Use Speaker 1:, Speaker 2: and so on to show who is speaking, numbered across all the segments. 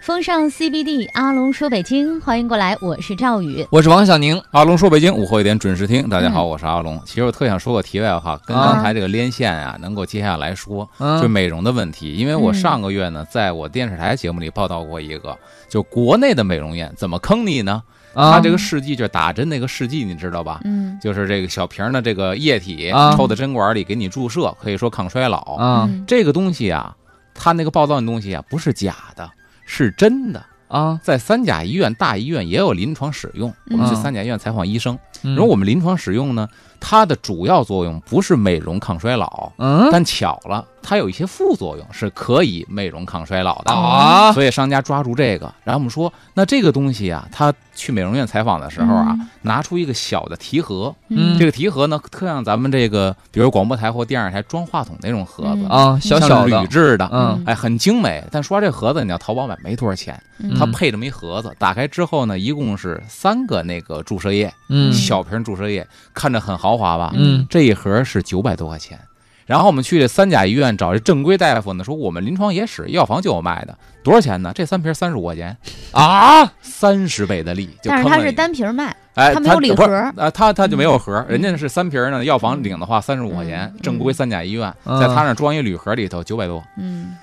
Speaker 1: 风尚 CBD，阿龙说北京，欢迎过来，我是赵宇。
Speaker 2: 我是王小宁，阿龙说北京，午后一点准时听。大家好，我是阿龙。其实我特想说个题外话，跟
Speaker 1: 啊
Speaker 2: 刚才这个连线啊，能够接下来说，就
Speaker 3: 嗯，
Speaker 2: 美容的问题。因为我
Speaker 1: 嗯
Speaker 2: 上个月呢，在我电视台节目里报道过一个，就国内的美容院怎么坑你呢？它
Speaker 3: 啊
Speaker 2: 这个试剂就是打针那个试剂，你知道吧？
Speaker 1: 嗯
Speaker 2: 就是这个小瓶儿的这个液体
Speaker 3: 啊
Speaker 2: 抽到针管里给你注射，可以说抗衰老。
Speaker 3: 啊
Speaker 1: 嗯
Speaker 2: 这个东西啊，它那个报道的东西啊，不是假的，是真的。
Speaker 3: 啊！
Speaker 2: 在三甲医院、大医院也有临床使用。我们去
Speaker 3: 嗯
Speaker 2: 三甲医院采访医生，
Speaker 3: 嗯
Speaker 2: 然后我们临床使用呢，它的主要作用不是美容抗衰老，
Speaker 3: 嗯
Speaker 2: 但巧了，它有一些副作用是可以美容抗衰老的。
Speaker 3: 啊
Speaker 2: 所以商家抓住这个，然后我们说，那这个东西啊，他去美容院采访的时候啊，
Speaker 1: 嗯
Speaker 2: 拿出一个小的提盒，
Speaker 3: 嗯
Speaker 2: 这个提盒呢，特像咱们这个，比如广播台或电视台装话筒那种盒子，
Speaker 1: 嗯
Speaker 3: 啊，小小
Speaker 2: 像铝
Speaker 3: 的，
Speaker 2: 制的，
Speaker 3: 嗯
Speaker 2: 哎，很精美。但说这盒子，你要淘宝买没多少钱，
Speaker 1: 嗯
Speaker 2: 它配这么一盒子，打开之后呢，一共是三个那个注射液，
Speaker 3: 嗯
Speaker 2: 小瓶注射液，看着很豪华吧？
Speaker 3: 嗯
Speaker 2: 这一盒是九百多块钱。然后我们去这三甲医院找这正规大夫呢，说我们临床也使，药房就有卖的，多少钱呢？这三瓶三十五块 钱，
Speaker 3: 啊
Speaker 2: 三十倍的利，就
Speaker 1: 但是
Speaker 2: 坑
Speaker 1: 它
Speaker 2: 了
Speaker 1: 是
Speaker 2: 你，
Speaker 1: 单瓶儿卖，
Speaker 2: 哎，
Speaker 1: 它没有礼盒
Speaker 2: 不是啊，他他就
Speaker 3: 嗯
Speaker 2: 没有盒，人家是三瓶呢，药房领的话三十五块钱
Speaker 1: 嗯，
Speaker 2: 正规三甲医院
Speaker 3: 嗯
Speaker 2: 在他那装一铝盒里头九百多，
Speaker 1: 嗯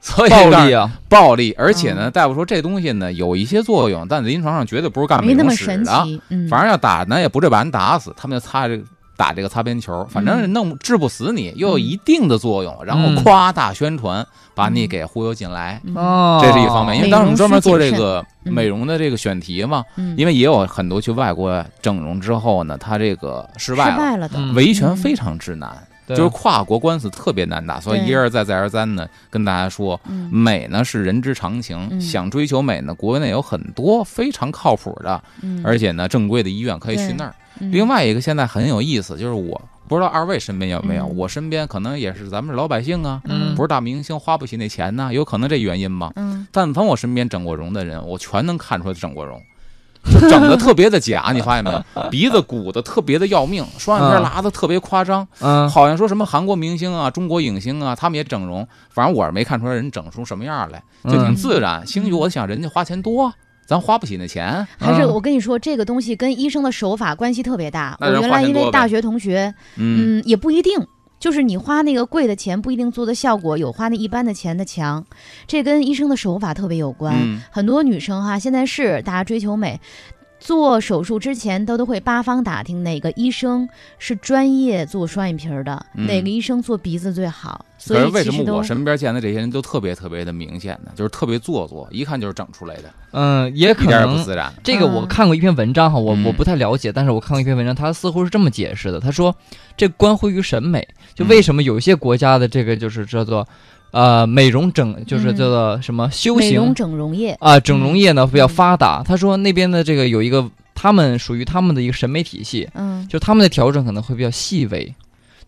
Speaker 2: 所以
Speaker 3: 暴力
Speaker 2: 啊，
Speaker 3: 啊！
Speaker 2: 暴利，而且呢，大夫说这东西呢有一些作用，但临床上绝对不是干美
Speaker 1: 没那
Speaker 2: 容
Speaker 1: 么
Speaker 2: 使
Speaker 1: 神
Speaker 2: 的，
Speaker 1: 奇，嗯，
Speaker 2: 反正要打呢，也不是把人打死，他们就擦这个打这个擦边球，反
Speaker 1: 嗯
Speaker 2: 正弄治不死你，又有一定的作用，然后
Speaker 3: 嗯
Speaker 2: 夸大宣传，把你给忽悠进来，
Speaker 1: 嗯
Speaker 3: 哦，
Speaker 2: 这是一方面。因为当时我们专门做这个
Speaker 1: 嗯
Speaker 2: 美容的这个选题嘛，
Speaker 1: 嗯，
Speaker 2: 因为也有很多去外国整容之后呢，他这个
Speaker 1: 失
Speaker 2: 失败了，
Speaker 1: 败了的，
Speaker 3: 嗯
Speaker 2: 维权非常之难，
Speaker 3: 对
Speaker 2: 就是跨国官司特别难打，所以
Speaker 1: 对
Speaker 2: 一而再再而三呢，跟大家说。
Speaker 1: 嗯
Speaker 2: 美呢是人之常情，
Speaker 1: 嗯
Speaker 2: 想追求美呢，国内有很多非常靠谱的，
Speaker 1: 嗯，
Speaker 2: 而且呢正规的医院可以去
Speaker 1: 对
Speaker 2: 那儿。
Speaker 1: 嗯
Speaker 2: 另外一个现在很有意思，就是我不知道二位身边有没有，
Speaker 1: 嗯
Speaker 2: 我身边可能也是咱们是老百姓啊，
Speaker 3: 嗯
Speaker 2: 不是大明星，花不起那钱呐、有可能这原因吧。
Speaker 1: 嗯
Speaker 2: 但凡我身边整过容的人，我全能看出来整 过容。就整的特别的假，你发现没有？鼻子鼓的特别的要命，双眼皮
Speaker 3: 嗯
Speaker 2: 拉的特别夸张，
Speaker 3: 嗯
Speaker 2: 好像说什么韩国明星啊、中国影星啊，他们也整容，反正我是没看出来人整出什么样来，就挺自然。兴许我想人家花钱多，咱花不起那钱，
Speaker 1: 还是
Speaker 3: 嗯
Speaker 1: 我跟你说，这个东西跟医生的手法关系特别大。我
Speaker 2: 那人
Speaker 1: 原
Speaker 2: 花
Speaker 1: 来
Speaker 2: 钱
Speaker 1: 因为
Speaker 2: 多呗
Speaker 1: 大学同学，
Speaker 2: 嗯
Speaker 1: 嗯，也不一定，就是你花那个贵的钱，不一定做的效果有花那一般的钱的强。这跟医生的手法特别有关。
Speaker 2: 嗯
Speaker 1: 很多女生哈，现在是大家追求美。做手术之前都都会八方打听哪个医生是专业做双眼皮儿的，
Speaker 2: 嗯
Speaker 1: 哪个医生做鼻子最好，所
Speaker 2: 可
Speaker 1: 以
Speaker 2: 是为
Speaker 1: 其
Speaker 2: 什
Speaker 1: 实
Speaker 2: 么
Speaker 1: 都
Speaker 2: 我身边见的这些人都特别特别的明显呢？就是特别做作，一看就是整出来的，
Speaker 3: 嗯，也
Speaker 2: 一
Speaker 3: 可
Speaker 2: 点也不
Speaker 3: 能
Speaker 2: 自然。
Speaker 3: 这个我
Speaker 1: 嗯
Speaker 3: 看过一篇文章哈，我
Speaker 2: 嗯
Speaker 3: 我不太了解，但是我看过一篇文章，它似乎是这么解释的，他说这关乎于审美，就为什么有一些国家的这个就是叫做呃美容整，就是
Speaker 1: 嗯
Speaker 3: 叫做什么修
Speaker 1: 美容
Speaker 3: 行
Speaker 1: 整容业，
Speaker 3: 啊，整容业呢比较
Speaker 1: 嗯
Speaker 3: 发达。他说那边的这个有一个，他们属于他们的一个审美体系，
Speaker 1: 嗯，
Speaker 3: 就他们的调整可能会比较细微，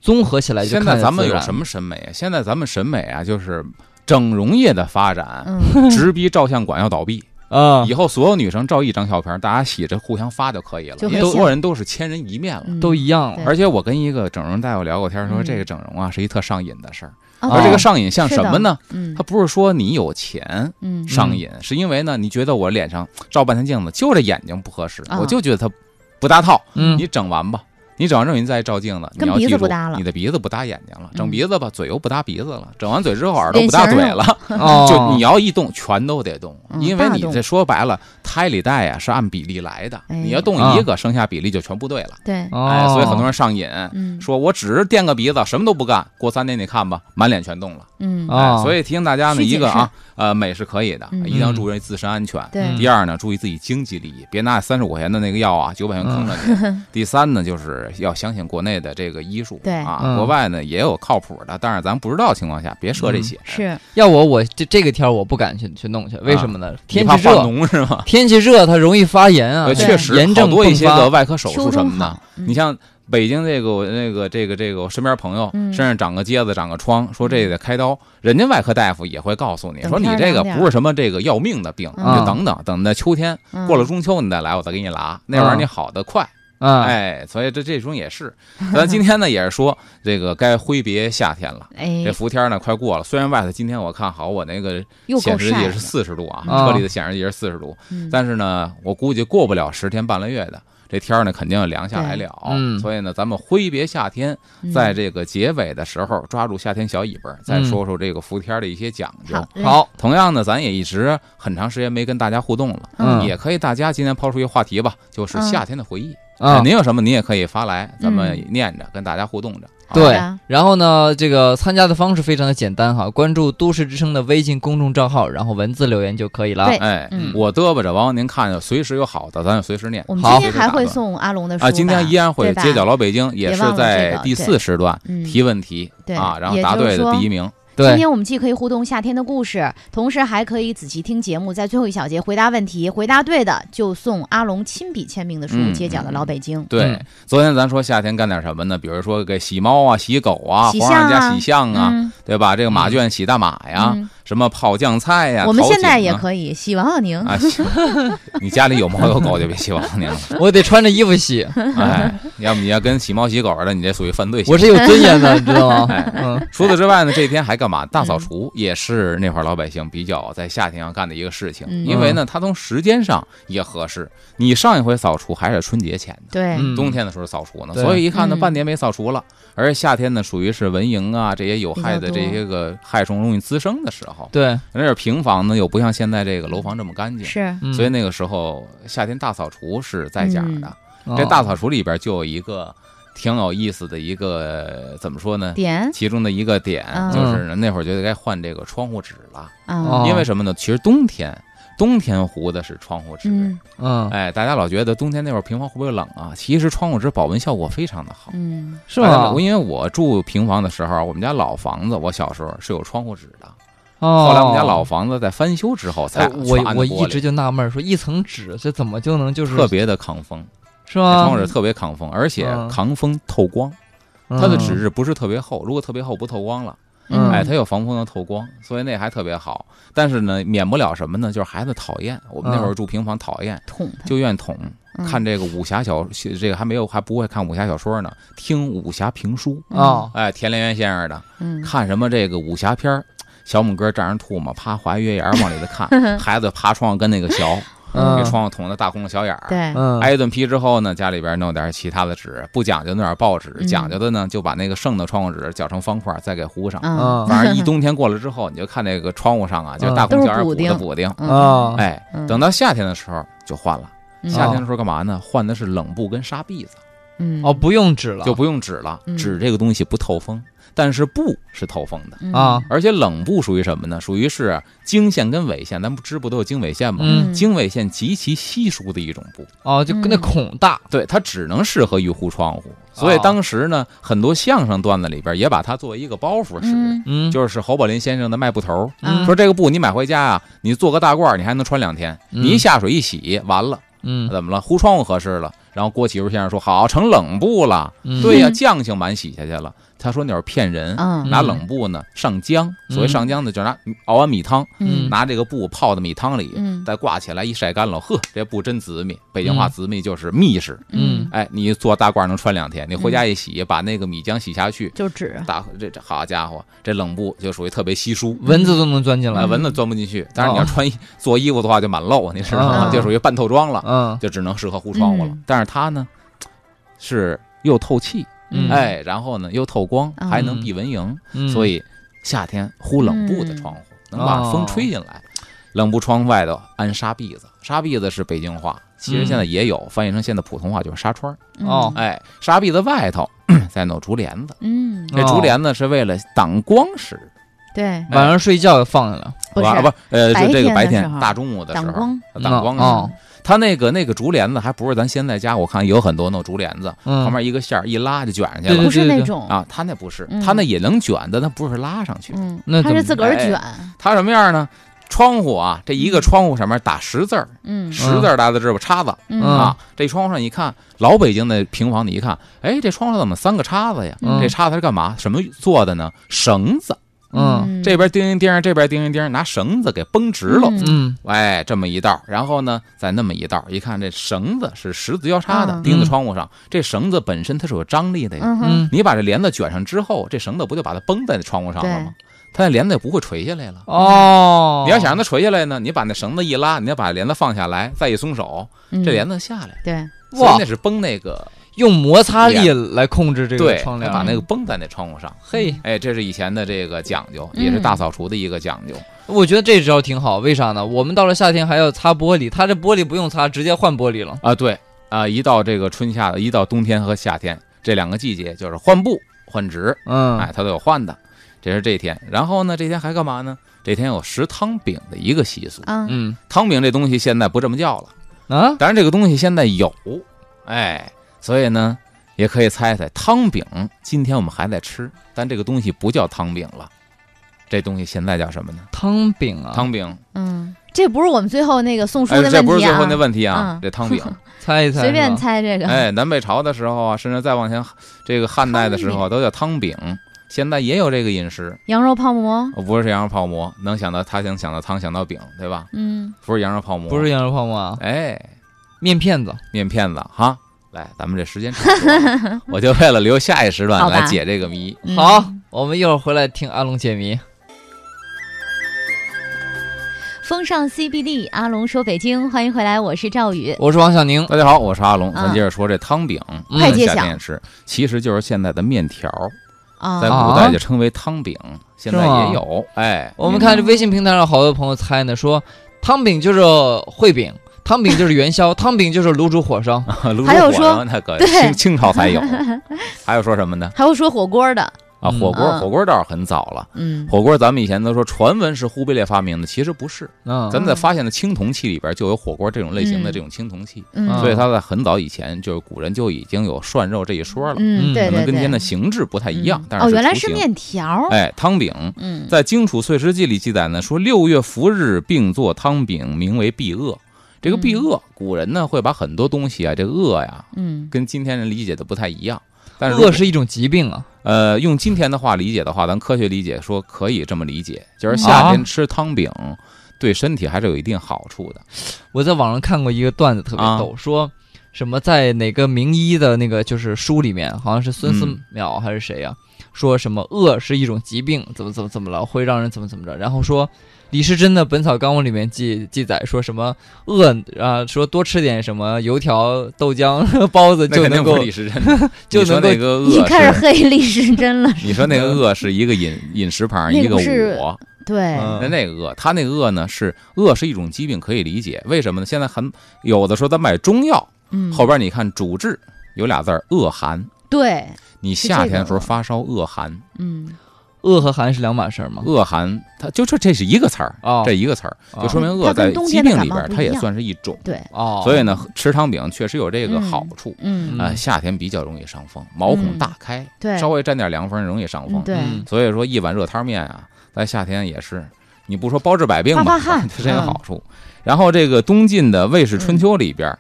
Speaker 3: 综合起来就
Speaker 2: 现在
Speaker 3: 看着
Speaker 2: 咱们
Speaker 3: 自
Speaker 2: 有
Speaker 3: 然
Speaker 2: 什么审美啊？现在咱们审美啊，就是整容业的发展，
Speaker 1: 嗯，
Speaker 2: 直逼照相馆要倒闭。
Speaker 3: 啊
Speaker 2: 以？后所有女生照一张照片，大家洗着互相发就可以了，
Speaker 1: 就
Speaker 2: 因
Speaker 1: 很
Speaker 2: 为所
Speaker 1: 像
Speaker 2: 有人都是千人一面了。
Speaker 1: 嗯
Speaker 3: 都一样了
Speaker 1: 对
Speaker 2: 而且我跟一个整容大夫聊过天，说
Speaker 1: 嗯
Speaker 2: 这个整容啊是一特上瘾的事儿，
Speaker 1: 哦
Speaker 2: 而这个
Speaker 1: 对
Speaker 2: 上瘾像什么呢？
Speaker 1: 嗯
Speaker 2: 它不是说你有钱，
Speaker 1: 嗯
Speaker 2: 上瘾，是因为呢，你觉得我脸上照半天镜子，就这眼睛不合适，
Speaker 1: 啊
Speaker 2: 我就觉得它不搭套。
Speaker 3: 嗯
Speaker 2: 你整完吧，你整完之后你再照镜子，
Speaker 1: 跟
Speaker 2: 你要
Speaker 1: 鼻子
Speaker 2: 记住
Speaker 1: 不搭了
Speaker 2: 你的鼻子不搭眼睛了，整
Speaker 1: 嗯
Speaker 2: 鼻子吧，嘴又不搭鼻子了，整完嘴之后耳朵不搭
Speaker 1: 脸
Speaker 2: 嘴
Speaker 1: 型
Speaker 2: 了，
Speaker 3: 哦，
Speaker 2: 就你要一动，全都得动，
Speaker 1: 嗯
Speaker 2: 因为
Speaker 1: 大
Speaker 2: 你
Speaker 1: 动
Speaker 2: 这说白了，胎里带啊呀是按比例来的，
Speaker 1: 哎
Speaker 2: 你要动一个，剩下比例就全不对了。
Speaker 1: 对，
Speaker 3: 哦，
Speaker 2: 哎，所以很多人上瘾，
Speaker 1: 嗯
Speaker 2: 说我只是垫个鼻子，什么都不干，过三年你看吧，满脸全动了。
Speaker 1: 嗯
Speaker 3: 啊
Speaker 2: 哎，所以提醒大家呢，
Speaker 1: 需谨
Speaker 2: 一个
Speaker 1: 慎
Speaker 2: 啊，呃，美是可以的，
Speaker 1: 嗯
Speaker 2: 一定要注意自身安全。
Speaker 1: 对
Speaker 3: 嗯
Speaker 2: 第二呢，注意自己经济利益，别拿三十五块钱的那个药啊，九百元坑了你。第三呢，就是要相信国内的这个医术，
Speaker 1: 嗯对
Speaker 2: 啊，
Speaker 3: 嗯
Speaker 2: 国外呢也有靠谱的，但是咱不知道情况下别涉
Speaker 3: 嗯
Speaker 2: 这些，
Speaker 1: 是
Speaker 3: 要我我这这个天儿我不敢去去弄去，为什么呢？
Speaker 2: 啊你
Speaker 3: 天
Speaker 2: 怕
Speaker 3: 气
Speaker 2: 化
Speaker 3: 热，
Speaker 2: 脓是吗？
Speaker 3: 天气热它容易发炎啊，
Speaker 2: 呃，
Speaker 1: 嗯对
Speaker 2: 确实，
Speaker 3: 炎
Speaker 2: 好
Speaker 3: 症
Speaker 2: 多一些
Speaker 3: 迸
Speaker 2: 个
Speaker 3: 发
Speaker 2: 外科手术
Speaker 1: 秋
Speaker 2: 什
Speaker 1: 冬
Speaker 2: 么的
Speaker 1: 好，，嗯
Speaker 2: 你像北京这个我那个这个这个，我身边朋友
Speaker 1: 嗯
Speaker 2: 身上长个疖子，长个疮，说这得开刀，人家外科大夫也会告诉你
Speaker 1: 等
Speaker 2: 说你
Speaker 1: 天儿
Speaker 2: 这个
Speaker 1: 凉点儿
Speaker 2: 不是什么这个要命的病，你
Speaker 1: 嗯
Speaker 2: 就等等，等到秋天
Speaker 1: 嗯
Speaker 2: 过了中秋你再来，我再给你拉，那玩意儿
Speaker 3: 嗯
Speaker 2: 你好的快。
Speaker 3: 啊，
Speaker 2: 哎，所以这这中也是，咱今天呢也是说这个该挥别夏天了。
Speaker 1: 哎
Speaker 2: 这，伏天儿呢快过了，虽然外头今天我看好我那个
Speaker 1: 又够
Speaker 2: 显示
Speaker 1: 晒
Speaker 2: 也
Speaker 1: 的
Speaker 2: 是，四十度啊，
Speaker 3: 啊
Speaker 2: 车里的显示也是四十度，
Speaker 1: 嗯
Speaker 2: 但是呢，我估计过不了十天半个月的，这天儿呢肯定要凉下来
Speaker 1: 对
Speaker 2: 了。
Speaker 3: 嗯
Speaker 2: 所以呢，咱们挥别夏天，
Speaker 1: 嗯
Speaker 2: 在这个结尾的时候抓住夏天小尾巴儿，再
Speaker 3: 嗯
Speaker 2: 说说这个伏天儿的一些讲究。
Speaker 1: 好嘞，
Speaker 3: 好，
Speaker 2: 同样呢，咱也一直很长时间没跟大家互动了，
Speaker 3: 嗯
Speaker 2: 也可以大家今天抛出一个话题吧，
Speaker 1: 嗯
Speaker 2: 就是夏天的回忆。哎
Speaker 3: 啊，
Speaker 2: 您有什么您也可以发来，咱们
Speaker 1: 嗯哎
Speaker 2: 念着跟大家互动着。啊
Speaker 1: 好
Speaker 3: 对
Speaker 1: 的，
Speaker 3: 然后呢，这个参加的方式非常的简单哈，关注都市之声的微信公众账号，然后文字留言就可以了。
Speaker 1: 对
Speaker 2: 哎
Speaker 1: 嗯，
Speaker 2: 我嘚吧着，完了您看着，随时有好的，咱就随时念。
Speaker 1: 我们
Speaker 3: 好
Speaker 1: 今天还会送阿龙的书
Speaker 2: 啊，今天依然会
Speaker 1: 对吧
Speaker 2: 街角老北京，也
Speaker 1: 别
Speaker 2: 是
Speaker 1: 忘了这
Speaker 2: 在
Speaker 1: 个
Speaker 2: 第
Speaker 1: 对
Speaker 2: 四时段
Speaker 1: 嗯
Speaker 2: 提问题
Speaker 1: 对
Speaker 2: 啊，然后
Speaker 1: 也
Speaker 2: 答
Speaker 1: 就是
Speaker 2: 对的
Speaker 1: 说
Speaker 2: 第一名。
Speaker 1: 今
Speaker 3: 对，
Speaker 1: 天我们既可以互动夏天的故事，同时还可以仔细听节目，在最后一小节回答问题，回答对的就送阿龙亲笔签名的书《
Speaker 2: 嗯
Speaker 1: 街角的老北京》。
Speaker 2: 对
Speaker 3: 嗯，
Speaker 2: 昨天咱说夏天干点什么呢？比如说给洗猫啊、洗狗啊、
Speaker 1: 洗
Speaker 2: 皇上
Speaker 1: 象
Speaker 2: 家
Speaker 1: 啊
Speaker 2: 洗象啊，
Speaker 1: 嗯
Speaker 2: 对吧？这个马圈洗大马呀，
Speaker 1: 嗯
Speaker 2: 什么泡酱菜呀，
Speaker 1: 我们
Speaker 2: 炒
Speaker 1: 现在
Speaker 2: 井
Speaker 1: 也
Speaker 2: 啊
Speaker 1: 可以洗王小宁。
Speaker 2: 啊，行你家里有猫有狗就别洗王 宁了，
Speaker 3: 我得穿着衣服 洗，
Speaker 2: 哎，要不你要跟洗猫洗狗似的，你这属于犯罪行
Speaker 3: 我
Speaker 2: 为。
Speaker 3: 是有尊严的，你知道吗？
Speaker 2: 哎，
Speaker 3: 嗯，
Speaker 2: 除此之外呢，这一天还干嘛？大扫除也是那会儿老百姓比较在夏天要干的一个事情，
Speaker 1: 嗯
Speaker 2: 因为呢，它从时间上也合适。你上一回扫除还是春节前的。
Speaker 1: 对，
Speaker 3: 嗯
Speaker 2: 冬天的时候扫除呢，
Speaker 3: 对
Speaker 2: 所以一看呢，
Speaker 1: 嗯
Speaker 2: 半年没扫除了。而夏天呢，属于是蚊蝇啊这些有害
Speaker 1: 比
Speaker 2: 的
Speaker 1: 较多
Speaker 2: 这些个害虫容易滋生的时候。
Speaker 3: 对，
Speaker 2: 那是平房呢，又不像现在这个楼房这么干净，
Speaker 1: 是
Speaker 3: 嗯
Speaker 2: 所以那个时候夏天大扫除是在家
Speaker 1: 嗯
Speaker 2: 的。
Speaker 3: 哦
Speaker 2: 这大扫除里边就有一个挺有意思的一个怎么说呢？
Speaker 1: 点
Speaker 2: 其中的一个点
Speaker 1: 嗯
Speaker 2: 就是那会儿就该换这个窗户纸了，
Speaker 1: 啊
Speaker 3: 哦，
Speaker 2: 因为什么呢？其实冬天。冬天糊的是窗户纸，
Speaker 1: 嗯
Speaker 3: 嗯，
Speaker 2: 哎，大家老觉得冬天那会儿平房会不会冷啊？其实窗户纸保温效果非常的好，
Speaker 1: 嗯，
Speaker 3: 是
Speaker 2: 哎
Speaker 3: 吗
Speaker 2: 我？因为我住平房的时候，我们家老房子，我小时候是有窗户纸的，
Speaker 3: 哦
Speaker 2: 后来我们家老房子在翻修之后才
Speaker 3: 哎我
Speaker 2: 全
Speaker 3: 我
Speaker 2: 的玻
Speaker 3: 一
Speaker 2: 璃
Speaker 3: 直就纳闷儿说，一层纸这怎么就能就是
Speaker 2: 特别的抗风，
Speaker 3: 是
Speaker 2: 那
Speaker 3: 吗
Speaker 2: 窗户？纸特别抗风，而且
Speaker 3: 嗯
Speaker 2: 抗风透光。
Speaker 3: 嗯
Speaker 2: 它的纸质不是特别厚，如果特别厚不透光了，
Speaker 3: 嗯
Speaker 2: 哎，它有防风的透光，所以那还特别好。但是呢，免不了什么呢？就是孩子讨厌，我们那
Speaker 3: 嗯
Speaker 2: 会儿住平房讨厌，
Speaker 1: 捅他，
Speaker 2: 就愿意捅。
Speaker 1: 嗯
Speaker 2: 看这个武侠小，这个还没有还不会看武侠小说呢，听武侠评书，
Speaker 3: 哦，
Speaker 2: 哎，田连元先生的，
Speaker 1: 嗯，
Speaker 2: 看什么这个武侠片儿。小拇哥蘸着吐沫，啪划月牙儿往里头 看，孩子爬窗户跟那个学，
Speaker 3: 嗯
Speaker 2: 给窗户捅的大窟窿小眼儿。
Speaker 1: 对，
Speaker 3: 嗯，
Speaker 2: 挨一顿批之后呢，家里边弄点其他的纸，不讲究弄点报纸，
Speaker 1: 嗯
Speaker 2: 讲究的呢就把那个剩的窗户纸绞成方块，再给糊上。
Speaker 1: 嗯，
Speaker 2: 反正一冬天过了之后，你就看那个窗户上啊，就
Speaker 3: 嗯
Speaker 2: 大
Speaker 1: 都
Speaker 2: 孔
Speaker 1: 是
Speaker 2: 角儿
Speaker 1: 补
Speaker 2: 补的
Speaker 1: 丁
Speaker 2: 补丁。
Speaker 1: 嗯
Speaker 3: 啊，
Speaker 2: 哎
Speaker 1: 嗯，
Speaker 2: 等到夏天的时候就换了。
Speaker 1: 嗯
Speaker 2: 夏天的时候干嘛呢？换的是冷布跟纱篦子，
Speaker 1: 嗯
Speaker 3: 哦，不用纸了，
Speaker 2: 就不用纸了
Speaker 1: 嗯。
Speaker 2: 纸这个东西不透风，但是布是透风的。
Speaker 3: 啊，
Speaker 2: 而且冷布属于什么呢？属于是经线跟纬线，咱不织不都有经纬线吗？
Speaker 1: 嗯
Speaker 3: 嗯，
Speaker 2: 经纬线极其稀疏的一种布，
Speaker 3: 哦，就跟那
Speaker 1: 嗯
Speaker 3: 孔大，
Speaker 2: 对，它只能适合于糊窗户。
Speaker 1: 啊
Speaker 2: 所以
Speaker 3: 哦
Speaker 2: 当时呢，很多相声段子里边也把它作为一个包袱使，
Speaker 1: 嗯
Speaker 3: 嗯，
Speaker 2: 就是侯宝林先生的卖布头，
Speaker 1: 嗯
Speaker 2: 说这个布你买回家啊，你做个大褂儿，你还能穿两天，
Speaker 3: 嗯
Speaker 2: 你一下水一洗，完了
Speaker 3: 嗯
Speaker 2: 怎么了？糊窗户合适了。然后郭启儒先生说好，成冷布了。
Speaker 3: 嗯
Speaker 2: 对呀，酱性满洗下去了。他说那是骗人。
Speaker 1: 嗯
Speaker 2: 拿冷布呢上浆，所谓上浆呢，就是拿熬完米汤，
Speaker 1: 嗯
Speaker 2: 拿这个布泡到米汤里，
Speaker 1: 嗯
Speaker 2: 再挂起来一晒干了，呵，这布真紫密。北京话紫密就是密实，
Speaker 3: 嗯
Speaker 2: 哎，你做大褂能穿两天，你回
Speaker 1: 嗯
Speaker 2: 家一洗，把那个米浆洗下去，
Speaker 1: 就纸，
Speaker 2: 大这这好家伙，这冷布就属于特别稀
Speaker 1: 嗯
Speaker 2: 疏，
Speaker 3: 蚊子都能钻进
Speaker 2: 啊，
Speaker 3: 来，
Speaker 2: 蚊子钻不进去。但是你要穿衣做衣服的话就满漏，你知道吗？
Speaker 1: 哦
Speaker 2: 就属于半透装了，
Speaker 3: 嗯
Speaker 2: 就只能适合糊窗户了
Speaker 1: 嗯。
Speaker 2: 但是它呢，是又透气，
Speaker 3: 嗯
Speaker 2: 哎，然后呢又透光，
Speaker 1: 嗯
Speaker 2: 还能避蚊蝇，
Speaker 3: 嗯，
Speaker 2: 所以夏天糊冷布的
Speaker 1: 嗯
Speaker 2: 窗户能
Speaker 3: 哦
Speaker 2: 把风吹进来。冷布窗外头安纱篦子，纱篦子是北京话，其实现在
Speaker 3: 嗯
Speaker 2: 也有翻译成现在普通话就是纱窗。
Speaker 3: 哦
Speaker 1: 嗯
Speaker 2: 哎，纱篦子外头 再弄竹帘子，
Speaker 1: 嗯，
Speaker 2: 这竹帘子是为了挡光使，
Speaker 1: 对，
Speaker 3: 晚上睡觉放下了，
Speaker 1: 不
Speaker 2: 吧？
Speaker 1: 是
Speaker 2: 不，呃，
Speaker 1: 白
Speaker 2: 就这
Speaker 1: 天的
Speaker 2: 个白
Speaker 1: 时
Speaker 2: 天
Speaker 1: 候
Speaker 2: 大中午的时
Speaker 1: 挡
Speaker 2: 候呃
Speaker 1: 光，
Speaker 2: 挡光
Speaker 3: 哦
Speaker 2: 使。它那个那个竹帘子还不是咱现在家，我看有很多弄竹帘子，
Speaker 3: 嗯，
Speaker 2: 旁边一个线儿一拉就卷上去
Speaker 3: 对
Speaker 2: 了
Speaker 1: 不是
Speaker 3: 对
Speaker 1: 那
Speaker 3: 对
Speaker 1: 种，
Speaker 2: 啊。它那不是
Speaker 1: 嗯，
Speaker 2: 它那也能卷，但它不是拉上去，
Speaker 1: 嗯
Speaker 3: 那，
Speaker 1: 它是
Speaker 3: 怎么
Speaker 1: 自个儿
Speaker 2: 哎
Speaker 1: 卷，
Speaker 2: 它什么样呢？窗户啊，这一个窗户上面打十字儿，
Speaker 1: 嗯
Speaker 2: 十字儿大家都知道，叉子
Speaker 1: 嗯
Speaker 3: 嗯
Speaker 2: 啊。这窗户上一看，老北京的平房，你一看，哎，这窗户上怎么三个叉子呀？
Speaker 3: 嗯
Speaker 2: 这叉子是干嘛？什么做的呢？绳子。
Speaker 3: 嗯
Speaker 1: 嗯，
Speaker 2: 这边叮叮叮，这边叮叮叮，拿绳子给绷直了。
Speaker 1: 嗯
Speaker 3: 嗯
Speaker 2: 哎，这么一道，然后呢，再那么一道，一看这绳子是十字交叉的
Speaker 1: 嗯，
Speaker 2: 钉在窗户上。这绳子本身它是有张力的呀，
Speaker 1: 嗯哼，
Speaker 3: 嗯，
Speaker 2: 你把这帘子卷上之后，这绳子不就把它绷在窗户上了吗？它那帘子也不会垂下来了。
Speaker 3: 哦，
Speaker 2: 你要想让它垂下来呢，你把那绳子一拉，你要把帘子放下来，再一松手，
Speaker 1: 嗯
Speaker 2: 这帘子下来了。
Speaker 1: 对，
Speaker 2: 所以
Speaker 3: 哇
Speaker 2: 那，是绷那个，
Speaker 3: 用摩擦力来控制这个
Speaker 2: 对，
Speaker 3: 窗
Speaker 2: 它
Speaker 3: 帘，嗯
Speaker 2: 把那个绷在那窗户上。
Speaker 3: 嘿，
Speaker 2: 哎，这是以前的这个讲究，
Speaker 3: 嗯
Speaker 2: 也是大扫除的一个讲究。
Speaker 3: 我觉得这招挺好，为啥呢？我们到了夏天还要擦玻璃，它这玻璃不用擦，直接换玻璃了。
Speaker 2: 啊，对啊，一到这个春夏，一到冬天和夏天这两个季节，就是换布换纸，
Speaker 3: 嗯
Speaker 2: 哎，它都有换的。这是这一天，然后呢，这天还干嘛呢？这天有食汤饼的一个习俗。
Speaker 1: 啊，
Speaker 3: 嗯
Speaker 2: 汤饼这东西现在不这么叫了，
Speaker 3: 啊，
Speaker 2: 当然这个东西现在有，哎，所以呢，也可以猜猜汤饼。今天我们还在吃，但这个东西不叫汤饼了，这东西现在叫什么呢？
Speaker 3: 汤饼啊，
Speaker 2: 汤饼。
Speaker 1: 嗯，这不是我们最后那个送书
Speaker 2: 哎，
Speaker 1: 的问题
Speaker 2: 这
Speaker 1: 啊，
Speaker 2: 不是最后那问题
Speaker 1: 嗯
Speaker 2: 啊，这汤饼。
Speaker 3: 猜一猜，
Speaker 1: 随便
Speaker 3: 是吧。
Speaker 1: 猜这个，
Speaker 2: 哎，南北朝的时候啊，甚至再往前，这个汉代的时候都叫汤饼，现在也有这个饮食。
Speaker 1: 羊肉泡馍，
Speaker 2: 呃不是羊肉泡馍，能想到他能想到汤，想到饼，对吧？
Speaker 1: 嗯，
Speaker 2: 不是羊肉泡馍，
Speaker 3: 不是，羊肉泡馍啊，
Speaker 2: 哎，
Speaker 3: 面片子。
Speaker 2: 面片子哈。来，咱们这时间差不多了，我就为了留下一时段
Speaker 1: 好吧
Speaker 2: 来解这个谜。
Speaker 1: 嗯
Speaker 3: 好，我们一会儿回来听阿龙解谜。
Speaker 1: 风尚 CBD，阿龙说北京，欢迎回来，我是赵宇。
Speaker 3: 我是王小宁，
Speaker 2: 大家好，我是阿龙，
Speaker 1: 嗯
Speaker 2: 咱接着说这汤饼，
Speaker 3: 嗯
Speaker 1: 快揭
Speaker 2: 夏天
Speaker 1: 晓
Speaker 2: 也吃，其实就是现在的面条，在
Speaker 1: 啊！
Speaker 2: 古代就称为汤饼，现在
Speaker 3: 是吗
Speaker 2: 也有。哎，
Speaker 3: 我们
Speaker 1: 嗯
Speaker 3: 看这微信平台上好多朋友猜呢，说汤饼就是烩饼，汤饼就是元宵，汤饼就是卤煮火烧。
Speaker 2: 卤
Speaker 1: 还有
Speaker 2: 煮
Speaker 1: 说
Speaker 2: 火烧那个
Speaker 1: 对
Speaker 2: 清清朝 才有，还有说什么呢？
Speaker 1: 还有说火锅的，
Speaker 2: 啊，
Speaker 3: 嗯
Speaker 2: 火锅
Speaker 1: 啊
Speaker 2: 火锅倒是很早了。
Speaker 1: 嗯，
Speaker 2: 火锅咱们以前都说传闻是忽必烈发明的，其实不是。
Speaker 3: 嗯
Speaker 2: 咱们在发现的青铜器里边就有火锅这种类型的
Speaker 1: 嗯
Speaker 2: 这种青铜器，
Speaker 1: 嗯
Speaker 3: 啊
Speaker 2: 所以它在很早以前就是古人就已经有涮肉这一说了，
Speaker 1: 嗯，
Speaker 3: 嗯
Speaker 1: 对
Speaker 2: 可能
Speaker 1: 对
Speaker 2: 跟今天的
Speaker 1: 对，
Speaker 2: 形制不太一样
Speaker 1: 嗯，
Speaker 2: 但
Speaker 1: 哦，
Speaker 2: 是
Speaker 1: 原来
Speaker 2: 雏
Speaker 1: 是
Speaker 2: 形。
Speaker 1: 面条，
Speaker 2: 哎，汤饼
Speaker 1: 嗯，
Speaker 2: 在《荆楚岁时记》里记载呢，说六月伏日并做汤饼，名为避恶。这个避
Speaker 1: 嗯
Speaker 2: 恶，古人呢会把很多东西啊，这恶呀，
Speaker 1: 嗯
Speaker 2: 跟今天人理解的不太一样。但是如果
Speaker 3: 饿是一种疾病啊，
Speaker 2: 呃，用今天的话理解的话，咱科学理解说可以这么理解，就是
Speaker 1: 嗯
Speaker 2: 夏
Speaker 3: 啊
Speaker 2: 天吃汤饼对身体还是有一定好处的。
Speaker 3: 我在网上看过一个段子，特别
Speaker 2: 啊
Speaker 3: 逗，说什么在哪个名医的那个就是书里面，好像是孙思
Speaker 2: 嗯
Speaker 3: 邈还是谁呀、说什么饿是一种疾病，怎么怎么怎么了，会让人怎么怎么着。然后说李时珍的《本草纲目》里面记记载说什么饿啊、说多吃点什么油条、豆浆、包子
Speaker 2: 那
Speaker 3: 就
Speaker 2: 肯定
Speaker 3: 能
Speaker 2: 不
Speaker 3: 够
Speaker 2: 是李时珍 的，
Speaker 3: 就
Speaker 2: 你说
Speaker 3: 能够
Speaker 2: 那个
Speaker 1: 你
Speaker 2: 恶
Speaker 1: 开始
Speaker 2: 是，
Speaker 1: 黑历史真了，
Speaker 2: 你说那个恶是一个饮饮食旁
Speaker 1: 那个
Speaker 2: 一个
Speaker 1: 不是
Speaker 2: 我，
Speaker 1: 对，
Speaker 3: 嗯
Speaker 2: 那那个恶，他那个恶呢是恶是一种疾病，可以理解。为什么呢？现在很有的时候咱买中药，
Speaker 1: 嗯，
Speaker 2: 后边你看主治有俩字儿恶寒，
Speaker 1: 对，
Speaker 2: 你
Speaker 1: 是这
Speaker 2: 夏天
Speaker 1: 个
Speaker 2: 的时候
Speaker 1: 恶
Speaker 2: 发烧恶寒，
Speaker 1: 嗯，
Speaker 3: 饿和寒是两码事儿吗？
Speaker 2: 恶寒它就这这是一个词儿，
Speaker 3: 哦
Speaker 2: 这一个词儿
Speaker 3: 哦
Speaker 2: 就说明
Speaker 1: 它
Speaker 2: 恶
Speaker 1: 跟
Speaker 2: 在
Speaker 1: 冬
Speaker 2: 疾
Speaker 1: 天的
Speaker 2: 病
Speaker 1: 感
Speaker 2: 里
Speaker 1: 冒
Speaker 2: 边
Speaker 1: 不
Speaker 2: 它
Speaker 1: 一
Speaker 2: 也
Speaker 1: 样
Speaker 2: 算是一种。
Speaker 1: 对，
Speaker 3: 哦，
Speaker 2: 所以呢，吃汤饼确实有这个好处
Speaker 1: 嗯，
Speaker 3: 嗯
Speaker 2: 啊、夏天比较容易伤风，毛孔大开，
Speaker 1: 对，
Speaker 2: 稍微沾点凉风容易伤风
Speaker 1: 嗯。对，
Speaker 3: 嗯
Speaker 2: 所以说一碗热汤面啊，在夏天也是，你不说包治百病吧，
Speaker 1: 发发汗 嗯
Speaker 2: 这真有好处。然后这个东晋的《魏氏春秋》里边。
Speaker 1: 嗯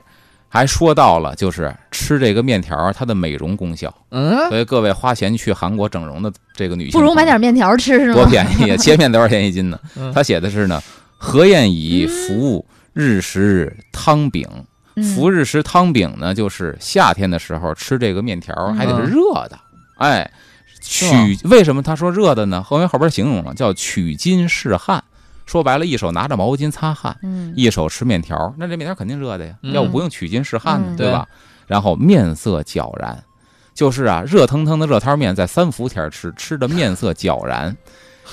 Speaker 2: 还说到了，就是吃这个面条，它的美容功效。
Speaker 3: 嗯，
Speaker 2: 所以各位花钱去韩国整容的这个女性
Speaker 1: 不
Speaker 2: 朋友，
Speaker 1: 如买点面条吃是吗
Speaker 2: 多？便 宜啊！切面多少钱一斤呢
Speaker 3: 嗯？
Speaker 2: 他写的是呢，何晏以服务日食汤饼。
Speaker 1: 嗯
Speaker 2: 福日食汤饼呢，就是夏天的时候吃这个面条，还得是热的。哎，
Speaker 3: 吧
Speaker 2: 取为什么他说热的呢？后面后边形容了，叫取巾拭汗。说白了，一手拿着毛巾擦汗，
Speaker 1: 嗯，
Speaker 2: 一手吃面条，那这面条肯定热的呀，
Speaker 3: 嗯
Speaker 2: 要不不用取巾拭汗呢，
Speaker 1: 嗯
Speaker 2: 对吧？然后面色皎然，就是啊，热腾腾的热汤面在三伏天吃，吃的面色皎然，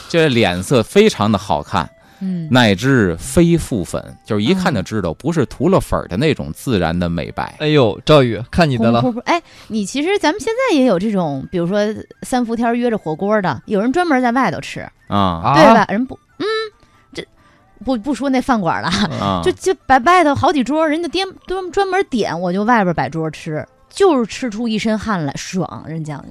Speaker 2: 这脸色非常的好看。
Speaker 1: 嗯，
Speaker 2: 乃至非复粉，就是一看就知道不是涂了粉儿的那种自然的美白。
Speaker 3: 哎呦，赵宇看你的
Speaker 1: 红
Speaker 3: 了，
Speaker 1: 扑扑。哎，你其实咱们现在也有这种，比如说三伏天儿约着火锅的，有人专门在外头吃，
Speaker 2: 啊
Speaker 1: 对
Speaker 3: 啊
Speaker 1: 吧？人不，嗯，这不不说那饭馆了，
Speaker 2: 啊！
Speaker 1: 就就摆外头好几桌，人家颠专专门点，我就外边摆桌吃，就是吃出一身汗来，爽，人讲究。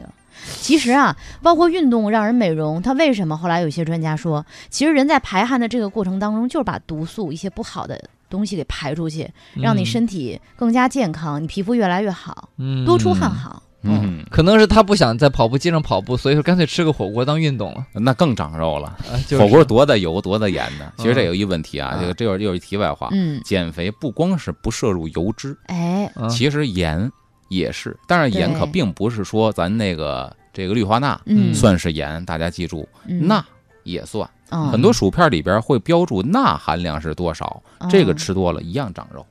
Speaker 1: 其实啊，包括运动让人美容，它为什么后来有些专家说，其实人在排汗的这个过程当中，就是把毒素一些不好的东西给
Speaker 3: 嗯
Speaker 2: 嗯
Speaker 1: 排出去，让你身体更加健康，你皮肤越来越好，多出汗好。
Speaker 2: 嗯，
Speaker 3: 可能是他不想在跑步机上跑步，所以说干脆吃个火锅当运动了。
Speaker 2: 那更长肉了。
Speaker 3: 啊，就是
Speaker 2: 哎火锅多的油多的盐呢？其实这有一问题啊，
Speaker 3: 嗯
Speaker 2: 这个这又又是题外话。
Speaker 1: 嗯，
Speaker 2: 减肥不光是不摄入油脂，
Speaker 1: 哎，
Speaker 3: 嗯
Speaker 2: 其实盐也是，但是盐
Speaker 1: 对
Speaker 2: 可并不是说咱那个这个氯化钠
Speaker 1: 嗯，
Speaker 2: 算是盐，大家记住，
Speaker 1: 嗯
Speaker 2: 钠也算。
Speaker 1: 嗯
Speaker 2: 很多薯片里边会标注钠含量是多少，
Speaker 1: 哦
Speaker 2: 这个吃多了一样长肉。
Speaker 3: 哦